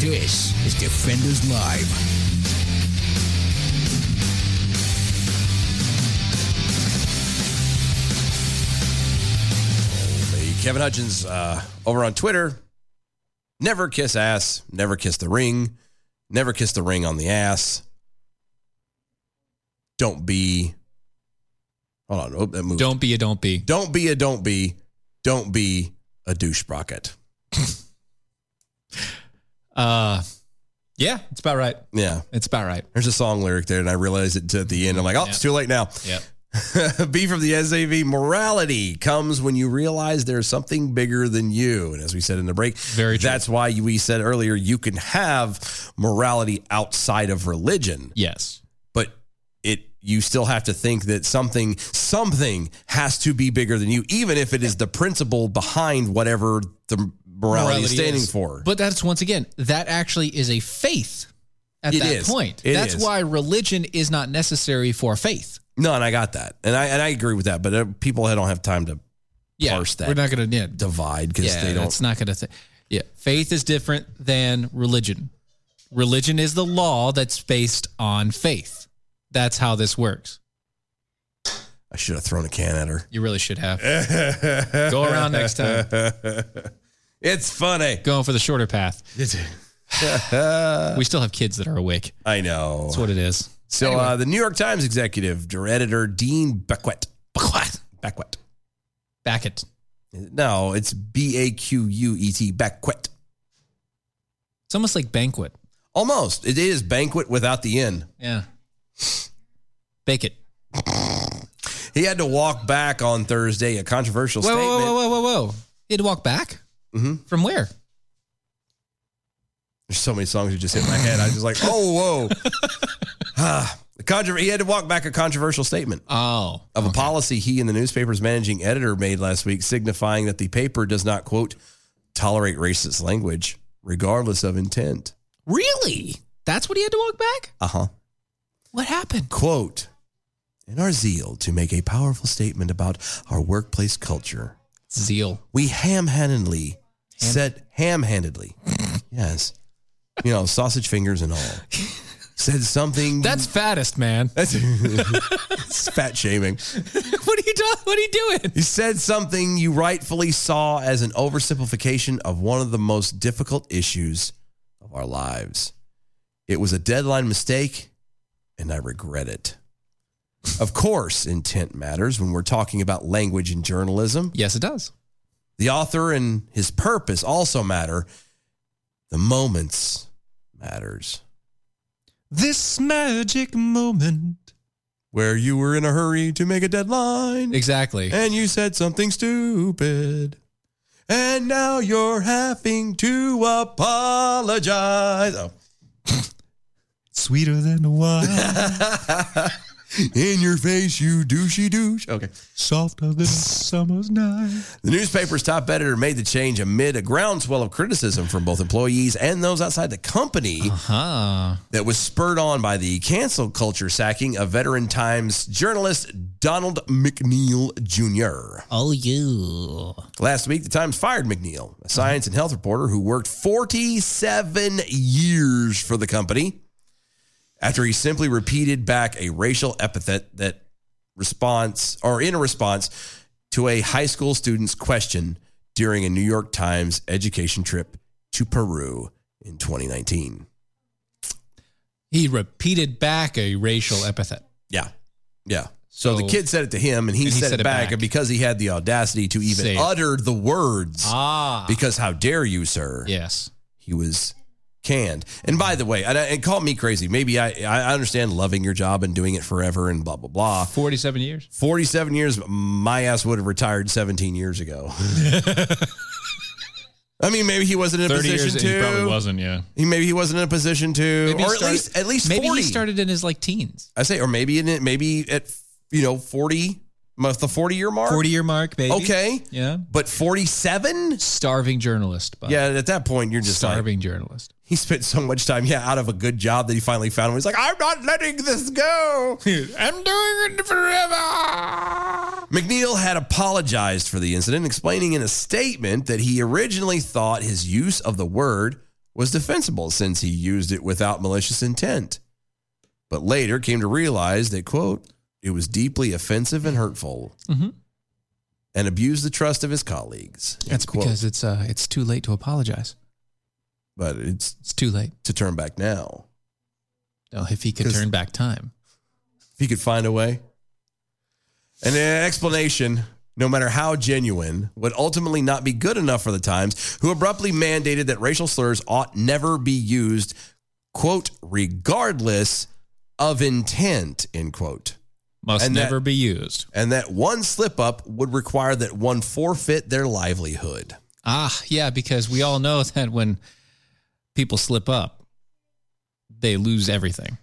This is Defenders Live. The Kevin Hudgens uh, over on Twitter. Never kiss ass. Never kiss the ring. Never kiss the ring on the ass. Don't be. Hold on. Oh, that moved. Don't be a don't be. Don't be a don't be. Don't be a douche sprocket. Uh, yeah, it's about right. Yeah, it's about right. There's a song lyric there, and I realized it at the end. I'm like, oh, it's too late now. Yeah. B from the SAV. Morality comes when you realize there's something bigger than you. And as we said in the break, Very that's why we said earlier you can have morality outside of religion. Yes. But it you still have to think that something something has to be bigger than you, even if it is the principle behind whatever the morality, is standing is. for. But that's once again, that actually is a faith at It that is. point. It that's is. why religion is not necessary for faith. No, and I got that, and I and I agree with that. But uh, people don't have time to Yeah, parse that. we're not going to yeah, divide because yeah, they don't. It's not going to. Th- yeah, faith is different than religion. Religion is the law that's based on faith. That's how this works. I should have thrown a can at her. You really should have. Go around next time. It's funny. Going for the shorter path. Uh, we still have kids that are awake. I know. That's what it is. So uh, the New York Times executive dir- editor Dean Beckwith. Beckwith. Beckwith. Backett. No, it's B A Q U E T. Beckwith. It's almost like banquet. Almost. It is banquet without the end. Yeah. Bake it. He had to walk back on Thursday, a controversial Whoa, whoa, statement. whoa, whoa, whoa, whoa, whoa. He had to walk back? Mm-hmm. From where? There's so many songs that just hit my head. I was just like, oh, whoa. ah, the contro- he had to walk back a controversial statement. Oh. Of a policy he and the newspaper's managing editor made last week, signifying that the paper does not, quote, tolerate racist language, regardless of intent. Really? That's what he had to walk back? Uh huh. What happened? Quote In our zeal to make a powerful statement about our workplace culture, zeal, we ham handedly said, ham handedly, yes, you know, sausage fingers and all, said something. That's fattest, man. That's it's fat shaming. what are you doing? What are you doing? He said something you rightfully saw as an oversimplification of one of the most difficult issues of our lives. It was a deadline mistake, and I regret it. Of course, intent matters when we're talking about language in journalism. Yes, it does. The author and his purpose also matter. The moments matters. This magic moment. Where you were in a hurry to make a deadline. Exactly. And you said something stupid. And now you're having to apologize. Oh. Sweeter than wine. In your face, you douchey douche. Okay. Softer than summer's night. The newspaper's top editor made the change amid a groundswell of criticism from both employees and those outside the company that was spurred on by the cancel culture sacking of veteran Times journalist Donald McNeil Jr. Oh, you. Last week, the Times fired McNeil, a science and health reporter who worked 47 years for the company, after he simply repeated back a racial epithet that response or in a response to a high school student's question during a New York Times education trip to Peru in 2019. He repeated back a racial epithet. Yeah. Yeah. So, So- the kid said it to him and he, And he said, it said it back, back. And because he had the audacity to even Say it. utter the words. Ah. Because how dare you, sir? Yes. He was canned. And by the way, and, I- and call me crazy. Maybe I I understand loving your job and doing it forever and blah blah blah. 47 years. 47 years my ass would have retired 17 years ago. I mean, maybe he wasn't in a 30 position years, to. he probably wasn't, yeah. He- maybe he wasn't in a position to, Maybe he or at started- least at least maybe 40. he started in his like teens. I say, or maybe in it, maybe at you know forty, must the forty year mark, 40 year mark, maybe. Okay, Yeah. but forty seven, starving journalist. But yeah, at that point you're just starving Like, journalist. he spent so much time, yeah, out of a good job that he finally found him. He's like, I'm not letting this go. I'm doing it forever. McNeil had apologized for the incident, explaining in a statement that he originally thought his use of the word was defensible since he used it without malicious intent. But later came to realize that, quote, it was deeply offensive and hurtful Mhm. and abused the trust of his colleagues. end That's quote. because it's uh, it's too late to apologize. but it's it's too late to turn back now. No, if he could 'Cause- turn back time. If he could find a way. And an explanation, no matter how genuine, would ultimately not be good enough for the Times, who abruptly mandated that racial slurs ought never be used, quote, regardless of intent, end quote. Must never be used. And that one slip up would require that one forfeit their livelihood. Ah, yeah, because we all know that when people slip up, they lose everything.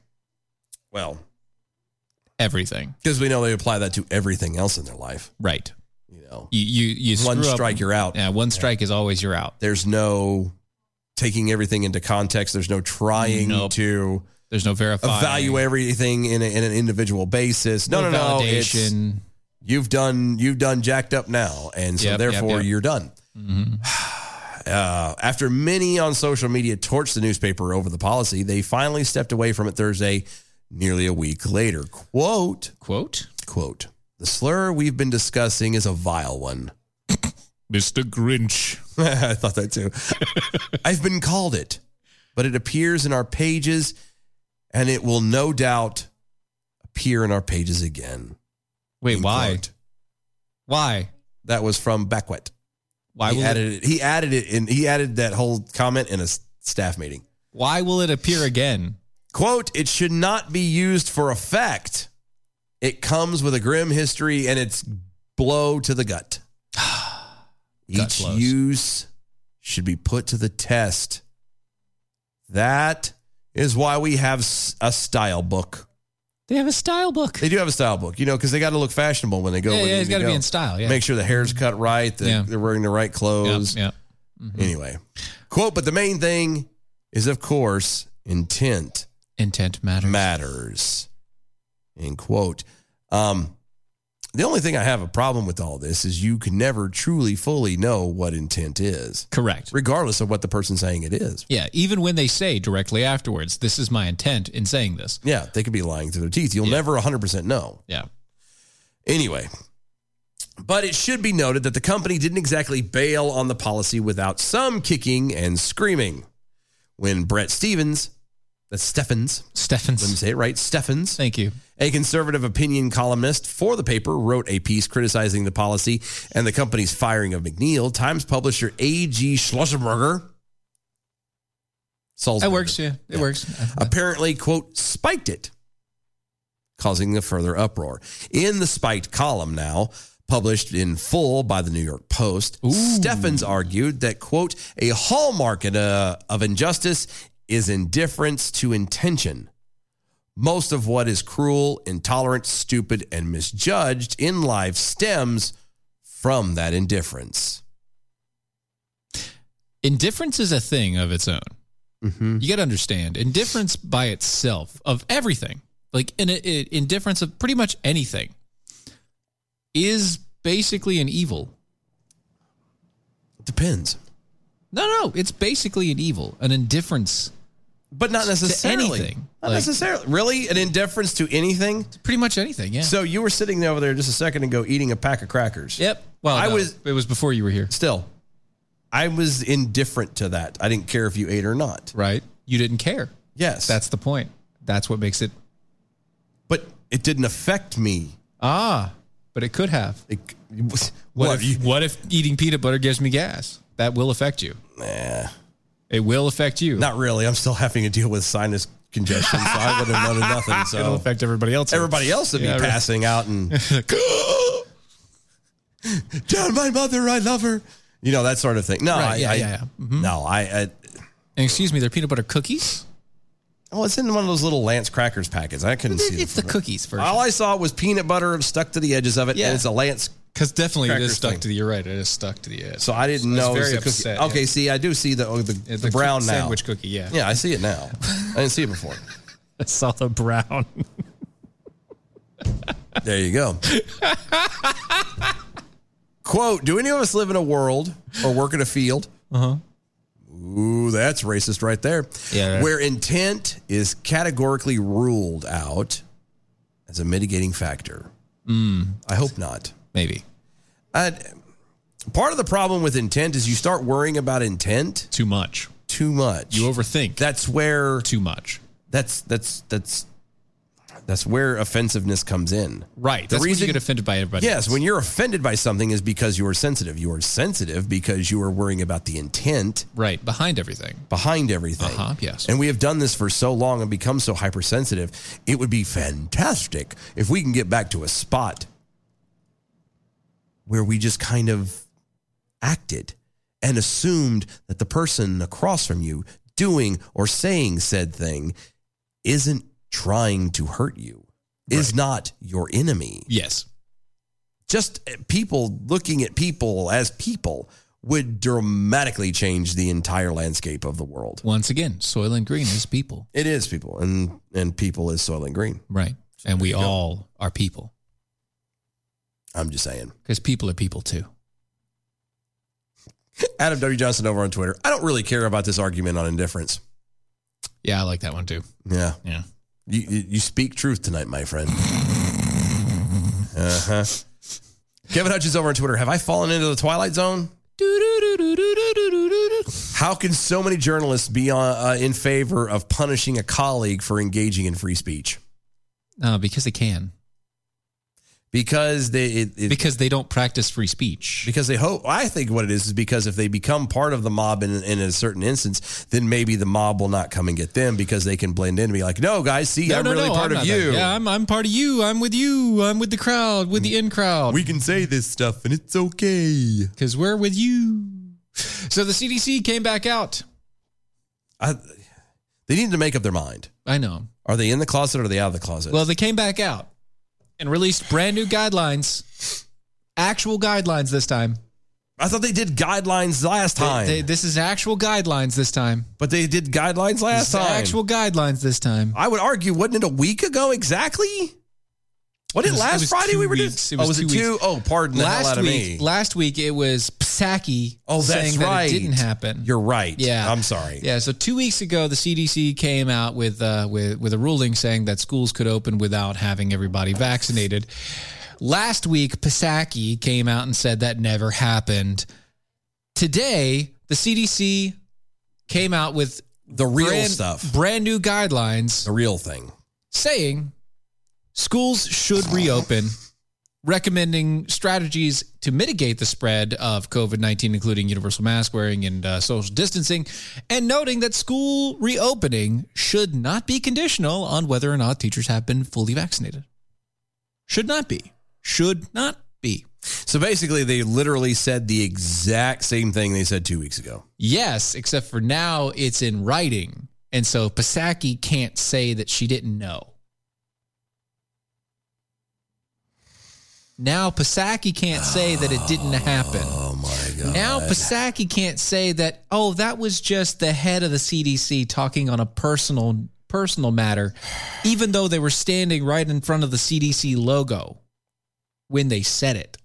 Well, everything. Because we know they apply that to everything else in their life. Right. You know, You you, you one screw up- strike, you're out. Yeah, one strike is always you're out. There's no taking everything into context. There's no trying Nope. to. There's no verifying. Evaluate everything in, a, in an individual basis. No, no, No no. validation. it's- You've done you've done jacked up now, and so Yep, yep, therefore yep. Mm-hmm. you're done. Uh, after many on social media torched the newspaper over the policy, they finally stepped away from it Thursday, nearly a week later. Quote quote quote. The slur we've been discussing is a vile one. Mr. Grinch. I thought that too. I've been called it, but it appears in our pages and it will no doubt appear in our pages again. Wait, why? Why? That was from Beckwith. Why he will added it, He added it in. He added that whole comment in a s- staff meeting. Why will it appear again? Quote, it should not be used for effect. It comes with a grim history and it's blow to the gut. Each use should be put to the test. That is why we have s- a style book. They have a style book. They do have a style book, you know, because they got to look fashionable when they go. Yeah, where yeah, they it's need to gotta be go. in style, yeah. Make sure the hair's cut right. That Yeah. They're wearing the right clothes. Yep, Anyway, quote. But the main thing is, of course, intent. Intent matters. Matters. End quote. Um, the only thing I have a problem with all this is you can never truly, fully know what intent is. Correct. Regardless of what the person's saying it is. Yeah, even when they say directly afterwards, this is my intent in saying this. Yeah, they could be lying through their teeth. You'll never 100% know. Yeah. Anyway, but it should be noted that the company didn't exactly bail on the policy without some kicking and screaming. When Brett Stevens, that's Steffens. Steffens. Let me say it right. Steffens. Thank you. A conservative opinion columnist for the paper wrote a piece criticizing the policy and the company's firing of McNeil. Times publisher A.G. Schlossenberger. Salzburger. That works, yeah. It works. Apparently, quote, spiked it, causing a further uproar. In the spiked column now, published in full by the New York Post, Steffens argued that, quote, a hallmark in, uh, of injustice is indifference to intention. Most of what is cruel, intolerant, stupid, and misjudged in life stems from that indifference. Indifference is a thing of its own. Mm-hmm. You got to understand indifference by itself of everything, like in it, indifference of pretty much anything, is basically an evil. Depends. No, no, it's basically an evil, an indifference, but not necessarily. to anything. Not Like, necessarily. Really? An indifference to anything? Pretty much anything, yeah. So you were sitting there over there just a second ago eating a pack of crackers. Yep. Well, I no, was it was before you were here. Still. I was indifferent to that. I didn't care if you ate or not. Right. You didn't care. Yes. That's the point. That's what makes it. But it didn't affect me. Ah, but it could have. what, if, what if eating peanut butter gives me gas? That will affect you. Nah. It will affect you. Not really. I'm still having to deal with sinus congestion, so I would have known nothing. So It'll affect everybody else. Everybody else would Yeah, be right. passing out and down my mother, I love her. You know, that sort of thing. No, Right, I, yeah, I- yeah, Mm-hmm. yeah. no, I, I And excuse me, they're peanut butter cookies? Oh, it's in one of those little Lance crackers packets. I couldn't see. It's the cookies version. All I saw was peanut butter stuck to the edges of it, Yeah. and it's a Lance. Because definitely it Crackers is stuck thing. to the. You're right. It is stuck to the edge. So I didn't So I know. was it was very a cookie. upset, Okay, yeah. see, I do see the oh, the, the, the brown cook- now sandwich cookie, yeah. yeah, I see it now. I didn't see it before. I saw the brown. There you go. Quote: Do any of us live in a world or work in a field? Uh huh. Ooh, that's racist right there. Yeah, right. Where intent is categorically ruled out as a mitigating factor. Mm. I hope not. Maybe. i part of the problem with intent is you start worrying about intent too much. Too much. You overthink. That's where too much. That's that's that's that's where offensiveness comes in. Right. The That's when you reason- get offended by everybody. yes, when you're offended by something is because you are sensitive. You are sensitive because you are worrying about the intent right behind everything. Behind everything. Uh-huh, yes. And we have done this for so long and become so hypersensitive. It would be fantastic if we can get back to a spot where we just kind of acted and assumed that the person across from you doing or saying said thing isn't trying to hurt you, is not your enemy. Yes. Just eh, people looking at people as people would dramatically change the entire landscape of the world. Once again, soil and green is people. It is people, and and people is soil and green. Right. and we all are people I'm just saying. because people are people too. Adam W. Johnson over on Twitter. I don't really care about this argument on indifference. Yeah, I like that one too. Yeah. Yeah. You you you speak truth tonight, my friend. Uh huh. Kevin Hutchins over on Twitter. Have I fallen into the twilight zone? How can so many journalists be on, uh, in favor of punishing Uh, a colleague for engaging in free speech? No, because they can. because they it, because they don't practice free speech. Because they hope I think what it is is because if they become part of the mob in, in a certain instance, then maybe the mob will not come and get them because they can blend in and be like, no guys, see, I'm really part of I'm not you. that. Yeah, I'm, I'm part of you. I'm with you. I'm with the crowd, with the in crowd. We can say this stuff and it's okay. Because we're with you. So the CDC came back out. I, they need to make up their mind. I know. Are they in the closet or are they out of the closet? Well, they came back out and released brand new guidelines, actual guidelines this time. I thought they did guidelines last time. They- this is actual guidelines this time. But they did guidelines last time. Actual guidelines this time. I would argue, wasn't it a week ago exactly? What It did was- it last was Friday two we were weeks. It doing? was oh, was two it two? weeks. Oh, pardon the hell Last out of me. week, last week it was Psaki. Oh, that's saying right. That it didn't happen. You're right. Yeah. I'm sorry. Yeah. So two weeks ago, the CDC came out with uh, with with a ruling saying that schools could open without having everybody vaccinated. Last week, Psaki came out and said that never happened. Today, the CDC came out with the real brand, stuff. brand new guidelines, the real thing, saying schools should reopen, recommending strategies to mitigate the spread of COVID 19, including universal mask wearing and uh, social distancing, and noting that school reopening should not be conditional on whether or not teachers have been fully vaccinated. Should not be. Should not be. So basically, they literally said the exact same thing they said two weeks ago. Yes, except for now it's in writing. And so Pasaki can't say that she didn't know. Now Pasaki can't say that it didn't happen. Oh my god. Now Pasaki can't say that oh that was just the head of the CDC talking on a personal personal matter even though they were standing right in front of the CDC logo when they said it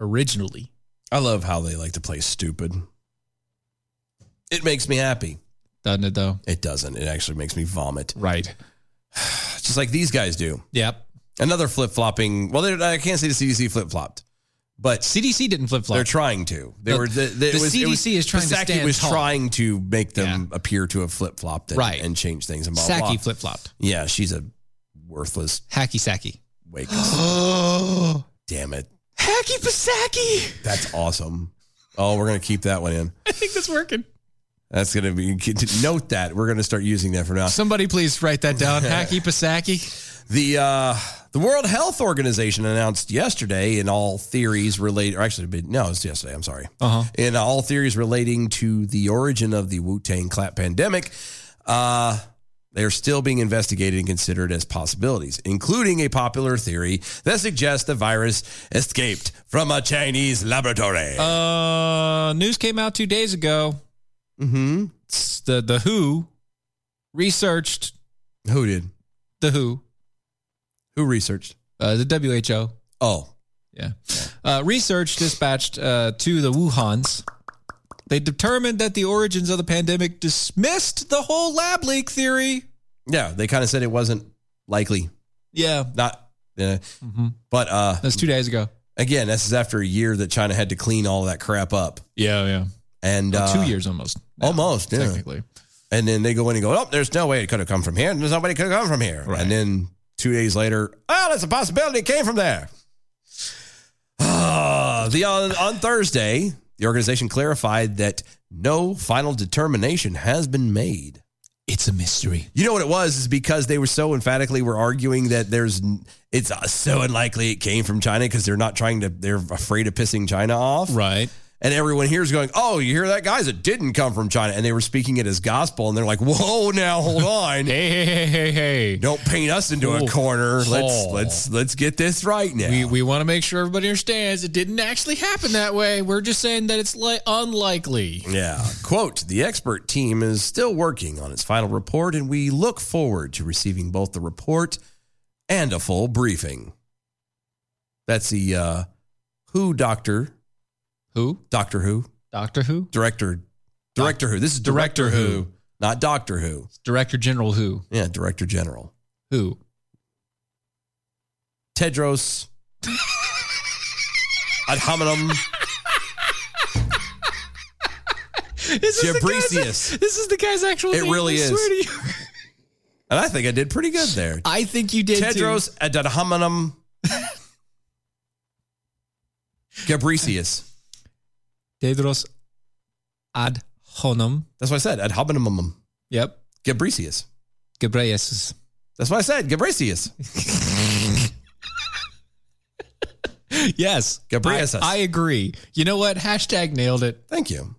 originally. I love how they like to play stupid. It makes me happy. Doesn't it though? It doesn't. It actually makes me vomit. Right. Just like these guys do. Yep. Another flip flopping. Well, they're- I can't say the CDC flip flopped, but CDC didn't flip flop. They're trying to. They No, were. The, the, the it was, it was- CDC is trying to Psaki stand was tall. trying to make them appear to have flip flopped and, Right. and change things. And blah, Psaki blah. flip-flopped. Yeah, she's a worthless hacky sacky. Wake. Oh, Damn it. hacky pasaki. That's awesome. Oh, we're gonna keep that one in. I think that's working. That's gonna be note that we're gonna start using that for now. Somebody please write that down. hacky pasaki. The uh, the World Health Organization announced yesterday, in all theories related, or actually, no, it was yesterday. I'm sorry. Uh-huh. In all theories relating to the origin of the Wu Tang Clan pandemic, uh, they are still being investigated and considered as possibilities, including a popular theory that suggests the virus escaped from a Chinese laboratory. Uh, news came out two days ago. Mm-hmm. The the Who researched. Who did the Who? Who researched? Uh, the WHO. Oh, yeah. Uh, research dispatched uh, to the Wuhan's. They determined that the origins of the pandemic dismissed the whole lab leak theory. Yeah, they kind of said it wasn't likely. Yeah, not. Uh, But uh, that's two days ago. Again, this is after a year that China had to clean all that crap up. Yeah, yeah. And Well, Oh, two uh, years almost. almost, yeah. technically. And then they go in and go, oh, there's no way it could have come from here. And there's nobody could have come from here. And then two days later, oh, that's a possibility. It came from there. Ah, the on, on Thursday, the organization clarified that no final determination has been made. It's a mystery. You know what it was is because they were so emphatically were arguing that there's n- it's uh, so unlikely it came from China because they're not trying to they're afraid of pissing China off. Right. And everyone here is going, "Oh, you hear that guys? It didn't come from China." And they were speaking it as gospel and they're like, "Whoa, now hold on. hey, hey, hey, hey, hey. Don't paint us into a Whoa. corner. Let's Oh. let's let's get this right now." We, we want to make sure everybody understands it didn't actually happen that way. We're just saying that it's li- unlikely. Yeah. Quote The expert team is still working on its final report, and we look forward to receiving both the report and a full briefing. That's the uh, Who Doctor. Who? Doctor Who. Doctor Who? Director. Director Who. This is Director, who, not Doctor Who. Director General Who? Yeah, Director General. Who? Tedros. Ad hominem. This is the guy's- Jabricius. This is the guy's actual It name, really I is. swear to you. And I think I did pretty good there. I think you did. Tedros ad hominem Gabricius. Dedros ad honum. That's what I said. Ad hominem. Yep. Gabricius. Gabricius. That's what I said. Gabricius. yes. Gabricius. I, I agree. You know what? Hashtag nailed it. Thank you.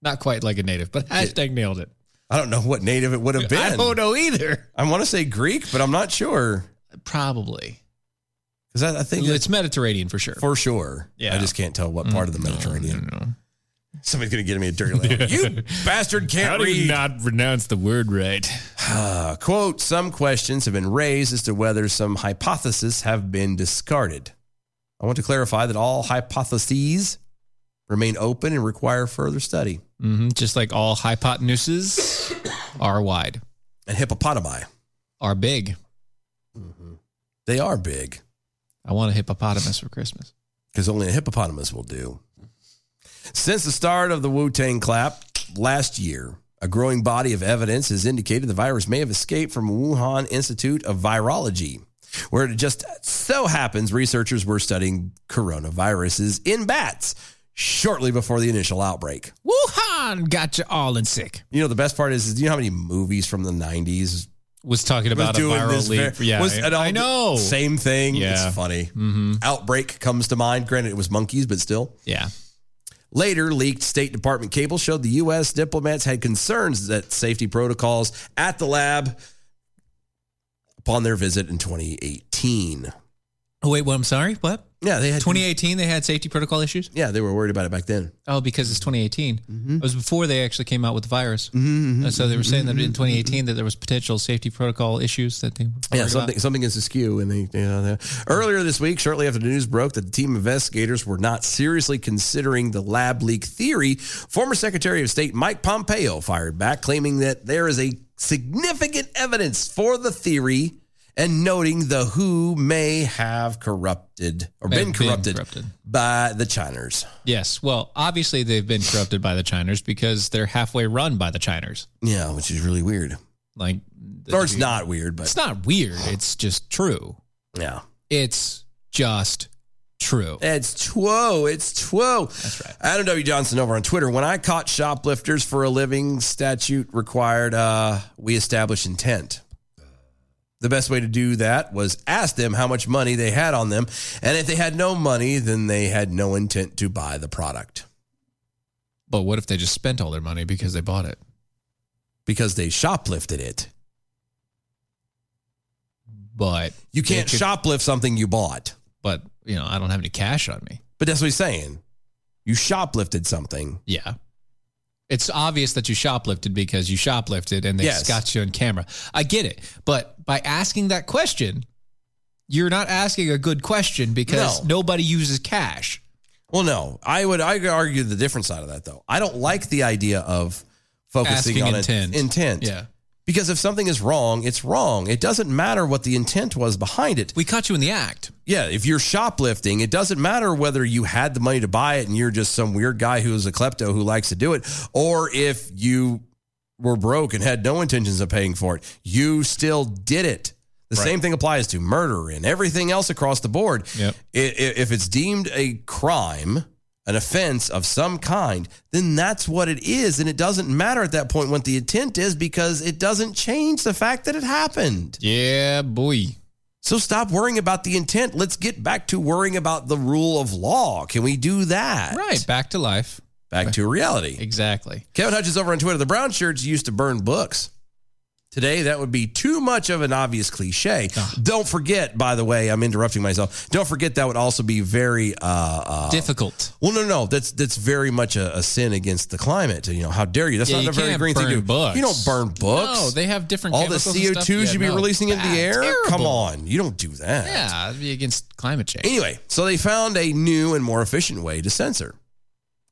Not quite like a native, but hashtag nailed it. I don't know what native it would have been. I don't know either. I want to say Greek, but I'm not sure. Probably. Because I, I think It's Mediterranean for sure. For sure. Yeah. Mm. I just can't tell what part of the Mediterranean. Somebody's going to get me a dirty look. you bastard can't How do you read. not pronounce the word right? Uh, quote, some questions have been raised as to whether some hypotheses have been discarded. I want to clarify that all hypotheses remain open and require further study. hmm Just like all hypotenuses are wide and hippopotami are big. They are big. I want a hippopotamus for Christmas. because only a hippopotamus will do. Since the start of the Wu Tang clap last year, a growing body of evidence has indicated the virus may have escaped from Wuhan Institute of Virology, where it just so happens researchers were studying coronaviruses in bats shortly before the initial outbreak. Wuhan got you all in sick. You know, the best part is, is you know how many movies from the 90s was talking about a viral leap. Yeah, I- I know. Same thing. Yeah. Mm-hmm. It's funny. Outbreak comes to mind. Granted, it was monkeys, but still. Yeah. Later, leaked State Department cable showed the U.S. diplomats had concerns that safety protocols at the lab upon their visit in 2018. Oh wait, what? I'm sorry. What? Yeah, they had 2018. They had safety protocol issues. Yeah, they were worried about it back then. Oh, because it's 2018. Mm-hmm. It was before they actually came out with the virus. Uh, so they were saying mm-hmm, that in 2018 that there was potential safety protocol issues that they were Yeah, worried something about. something is askew. And they, you know, they- earlier this week, shortly after the news broke that the team investigators were not seriously considering the lab leak theory, former Secretary of State Mike Pompeo fired back, claiming that there is a significant evidence for the theory, and noting the WHO may have corrupted or May been have been corrupted, by the Chiners. Yes. Well, obviously they've been corrupted by the Chiners because they're halfway run by the Chiners. Yeah, which is really weird. Like, Or it's not weird, but it's not weird. It's just true. Yeah. It's just true. It's two. It's two. That's right. Adam W. Johnson over on Twitter. When I caught shoplifters for a living, statute required uh, we establish intent. The best way to do that was ask them how much money they had on them, and if they had no money, then they had no intent to buy the product But what if they just spent all their money because they bought it? because they shoplifted it. But You can't They could- shoplift something you bought. But you know, I don't have any cash on me. But that's what he's saying. You shoplifted something. Yeah. It's obvious that you shoplifted because you shoplifted and they Yes. got you on camera. I get it. But by asking that question, you're not asking a good question because No. nobody uses cash. Well, no, I would I would argue the different side of that though. I don't like the idea of focusing Asking on intent. intent. intent. Yeah. Because if something is wrong, it's wrong. It doesn't matter what the intent was behind it. We caught you in the act. Yeah, if you're shoplifting, it doesn't matter whether you had the money to buy it and you're just some weird guy who is a klepto who likes to do it, or if you were broke and had no intentions of paying for it, you still did it. The same thing applies to murder and everything else across the board. Yep. I- i- If it's deemed a crime, an offense of some kind, then that's what it is. And it doesn't matter at that point what the intent is because it doesn't change the fact that it happened. Yeah, boy. So stop worrying about the intent. Let's get back to worrying about the rule of law. Can we do that? Right. Back to life. Back to reality. Exactly. Kevin Hutchins over on Twitter. The brown shirts used to burn books. Today, that would be too much of an obvious cliche. Ah. Don't forget, by the way, I'm interrupting myself. Don't forget that would also be very uh, uh, Difficult. Well, no, no, that's that's very much a, a sin against the climate. You know, how dare you? That's Yeah, not you a very can't green thing to burn do. books. You don't burn books. No, they have different all the chemicals and stuff. CO2s you be Yeah, no, releasing into the bad, air. Come terrible. on, you don't do that. Yeah, it'd be against climate change. Anyway, so they found a new and more efficient way to censor.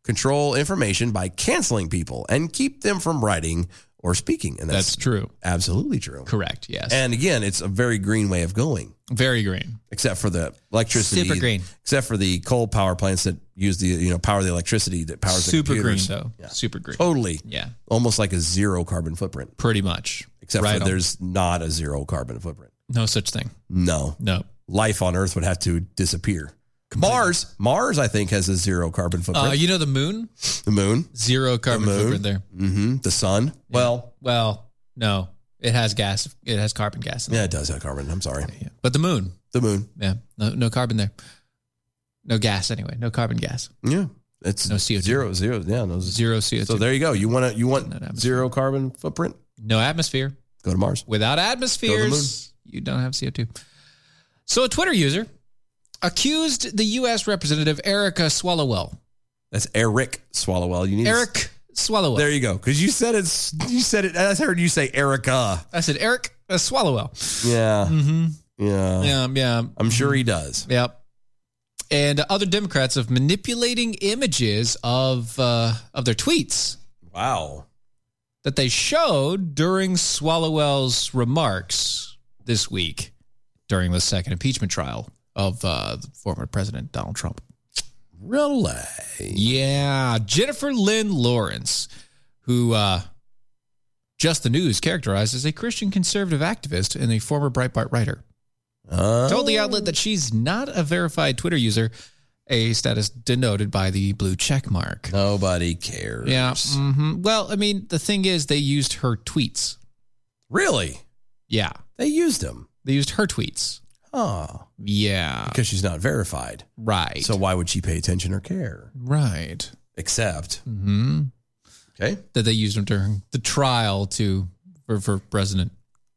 Control information by canceling people and keep them from writing or speaking. And that's, That's true. absolutely true. Correct. Yes. And again, it's a very green way of going, Very green. except for the electricity. Super green. Except for the coal power plants that use the, you know, power the electricity that powers Super the green computers. Oh. though. Super green. Totally. Yeah. Almost like a zero carbon footprint, Pretty much. except Right for on. there's not a zero carbon footprint. No such thing. No. No. Life on Earth would have to disappear. Mars, Mars, I think has a zero carbon footprint. Uh, you know the moon? the moon, zero carbon footprint there. hmm The sun. Well, well, no, it has gas. It has carbon gas. In yeah, it does have carbon. I'm sorry, but the moon, the moon, yeah, no, no carbon there. No gas anyway. No carbon gas. Yeah, it's no CO2. zero, zero. Yeah, no zero CO2. So there you go. You want to you want zero carbon footprint? No atmosphere. Go to Mars. Without atmospheres, you don't have CO2. So a Twitter user accused the U.S. Representative Erica Swallowell. That's Eric Swallowell. You need Eric Swallowell. There you go. Because you said it's you said it. I heard you say Erica. I said Eric uh, Swallowell. Yeah. Mm-hmm. Yeah. Yeah, Mm-hmm. yeah. I'm sure he does. Yep. And other Democrats of manipulating images of uh, of their tweets. Wow. That they showed during Swallowell's remarks this week during the second impeachment trial of uh, former President Donald Trump. Really? Yeah. Jennifer Lynn Lawrence, who uh, Just the News characterized as a Christian conservative activist and a former Breitbart writer, told the outlet Oh. that she's not a verified Twitter user, a status denoted by the blue check mark. Nobody cares. Yeah. mhm. Well, I mean, the thing is, they used her tweets. Really? Yeah. They used them. They used her tweets. Oh. Yeah. Because she's not verified. Right. So why would she pay attention or care? Right. Except hmm Okay. That they used him during the trial to for, for President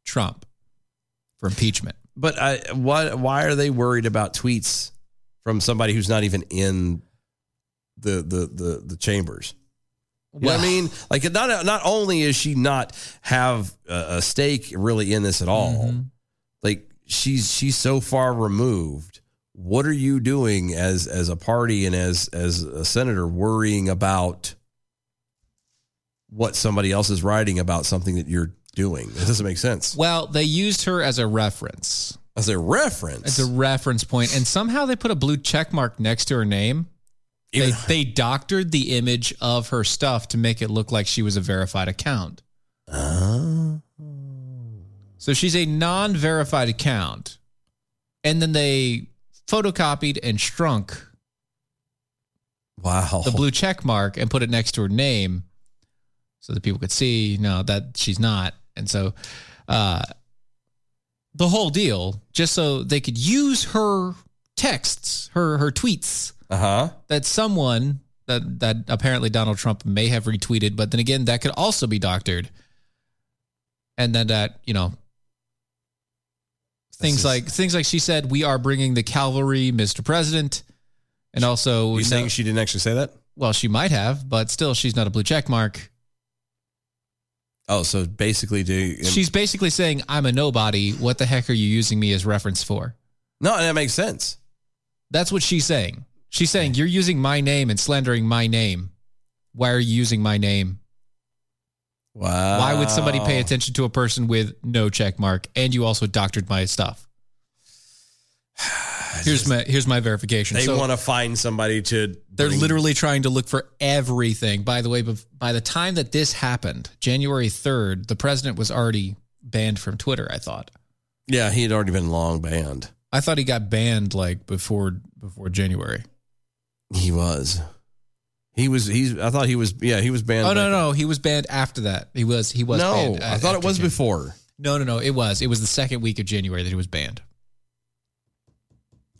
Trump for impeachment. But I, why why are they worried about tweets from somebody who's not even in the the the, the chambers? You know what I mean, like not not only is she not have a, a stake really in this at all, Mm-hmm. like she's she's so far removed. What are you doing as as a party and as as a senator worrying about what somebody else is writing about something that you're doing? It doesn't make sense. Well, they used her as a reference. As a reference. As a reference point, and somehow they put a blue check mark next to her name. They, they doctored the image of her stuff to make it look like she was a verified account. Oh. So she's a non verified account. And then they photocopied and shrunk wow the blue check mark and put it next to her name so that people could see, no, that she's not. And so uh, the whole deal, just so they could use her texts, her, her tweets Uh huh. that someone that that apparently Donald Trump may have retweeted, but then again, that could also be doctored. And then that you know things like things like she said, "We are bringing the cavalry, Mr. President," and also You no- saying she didn't actually say that? well, she might have, but still, she's not a blue check mark. Oh, so basically, do She's basically saying, "I'm a nobody. What the heck are you using me as reference for?" no, that makes sense. That's what she's saying. She's saying, "You're using my name and slandering my name. Why are you using my name?" Wow. Why would somebody Oh. pay attention to a person with no check mark? And you also doctored my stuff. Here's my here's my verification. They So want to find somebody to. they're bring- literally trying to look for everything. By the way, bef- by the time that this happened, January third, the president was already banned from Twitter. I thought. Yeah, he had already been long banned. I thought he got banned like before before January. He was. He was. He's. I thought he was. Yeah, he was banned. oh no back- no, he was banned after that. He was he was No, banned, uh, I thought it after was January. before. No, no, no. It was. It was the second week of January that he was banned.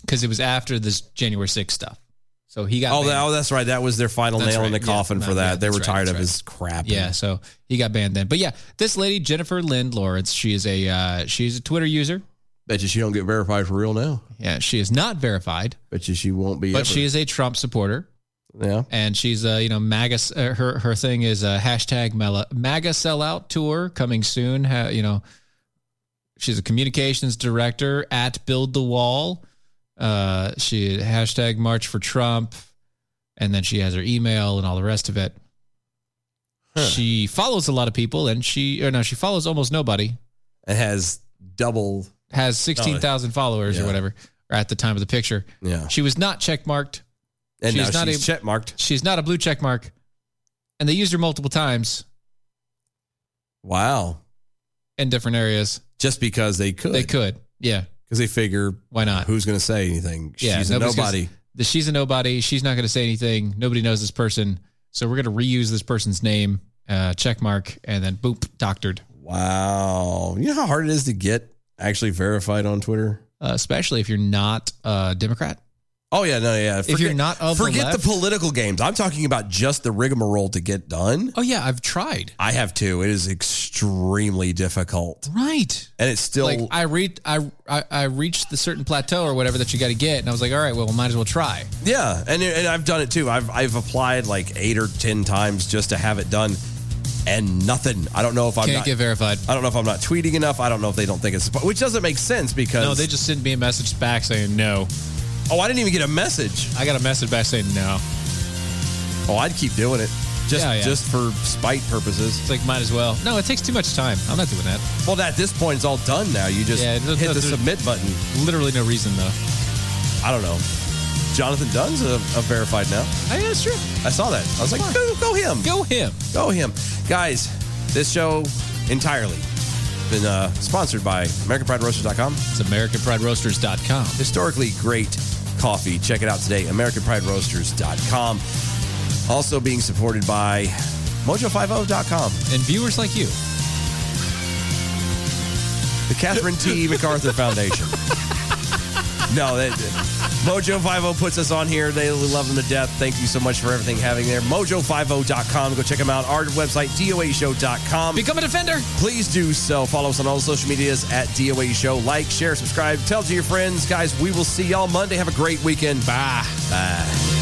Because it was after this January 6th stuff. So he got Oh, banned. that, oh, that's right. That was their final That's nail in the right. Yeah, coffin no, for yeah, that. they that's were right, tired that's of right. his crap. Yeah, so he got banned then. But yeah, this lady, Jennifer Lynn Lawrence, she is a uh, she's a Twitter user. Bet you she don't get verified for real now. Yeah, she is not verified. Bet you she won't be. but ever. she is a Trump supporter. Yeah. And she's uh, you know MAGA. s- Uh, her her thing is uh, hashtag Mela, MAGA sellout tour coming soon. Ha, you know, she's a communications director at Build the Wall. Uh, she hashtag March for Trump, and then she has her email and all the rest of it. She follows a lot of people, and she or no, she follows almost nobody. It has double. Has sixteen thousand followers Oh, Yeah. or whatever or at the time of the picture. Yeah. She was not check marked. And now she's checkmarked. She's not a blue check mark. And they used her multiple times Wow. in different areas. Just because they could. They could. Yeah. Because they figure why not? Who's going to say anything? Yeah. She's a nobody's gonna- nobody. the she's a nobody. She's not going to say anything. Nobody knows this person. So we're going to reuse this person's name, uh, check mark, and then boop, doctored. Wow. You know how hard it is to get actually verified on Twitter? Uh, especially if you're not a Democrat. Oh yeah, no, yeah. If you're not of the forget the, left- political games. I'm talking about just the rigmarole to get done. Oh yeah, I've tried. I have too. It is extremely difficult, Right. and it's still like I read, I, I I reached the certain plateau or whatever that you got to get, and I was like, all right, well, might as well try. Yeah, and and I've done it too. I've I've applied like eight or ten times just to have it done, and nothing. I don't know if I'm Can't not, get verified. I don't know if I'm not tweeting enough. I don't know if they don't think it's which doesn't make sense because No, they just sent me a message back saying no. Oh, I didn't even get a message. I got a message back saying no. Oh, I'd keep doing it just Yeah, yeah. just for spite purposes. It's like might as well. No, it takes too much time. I'm not doing that. Well, at this point, it's all done now. You just Yeah, it doesn't- hit the there's submit button. Literally no reason though. I don't know. Jonathan Dunn's a, a verified now. I that's true. I saw that. I was like, go, go him. Go him. Go him. Guys, this show entirely been uh, sponsored by AmericanPrideRoasters.com. It's AmericanPrideRoasters.com. Historically great coffee. Check it out today. AmericanPrideRoasters.com. Also being supported by Mojo50.com. And viewers like you. The Catherine T. MacArthur Foundation. No, that, Mojo50 puts us on here. They love them to death. Thank you so much for everything having there. Mojo50.com. Go check them out. Our website, DOAShow.com. Become a defender. Please do so. Follow us on all the social medias at DOA Show. Like, share, subscribe. Tell to your friends. Guys, we will see y'all Monday. Have a great weekend. Bye. Bye.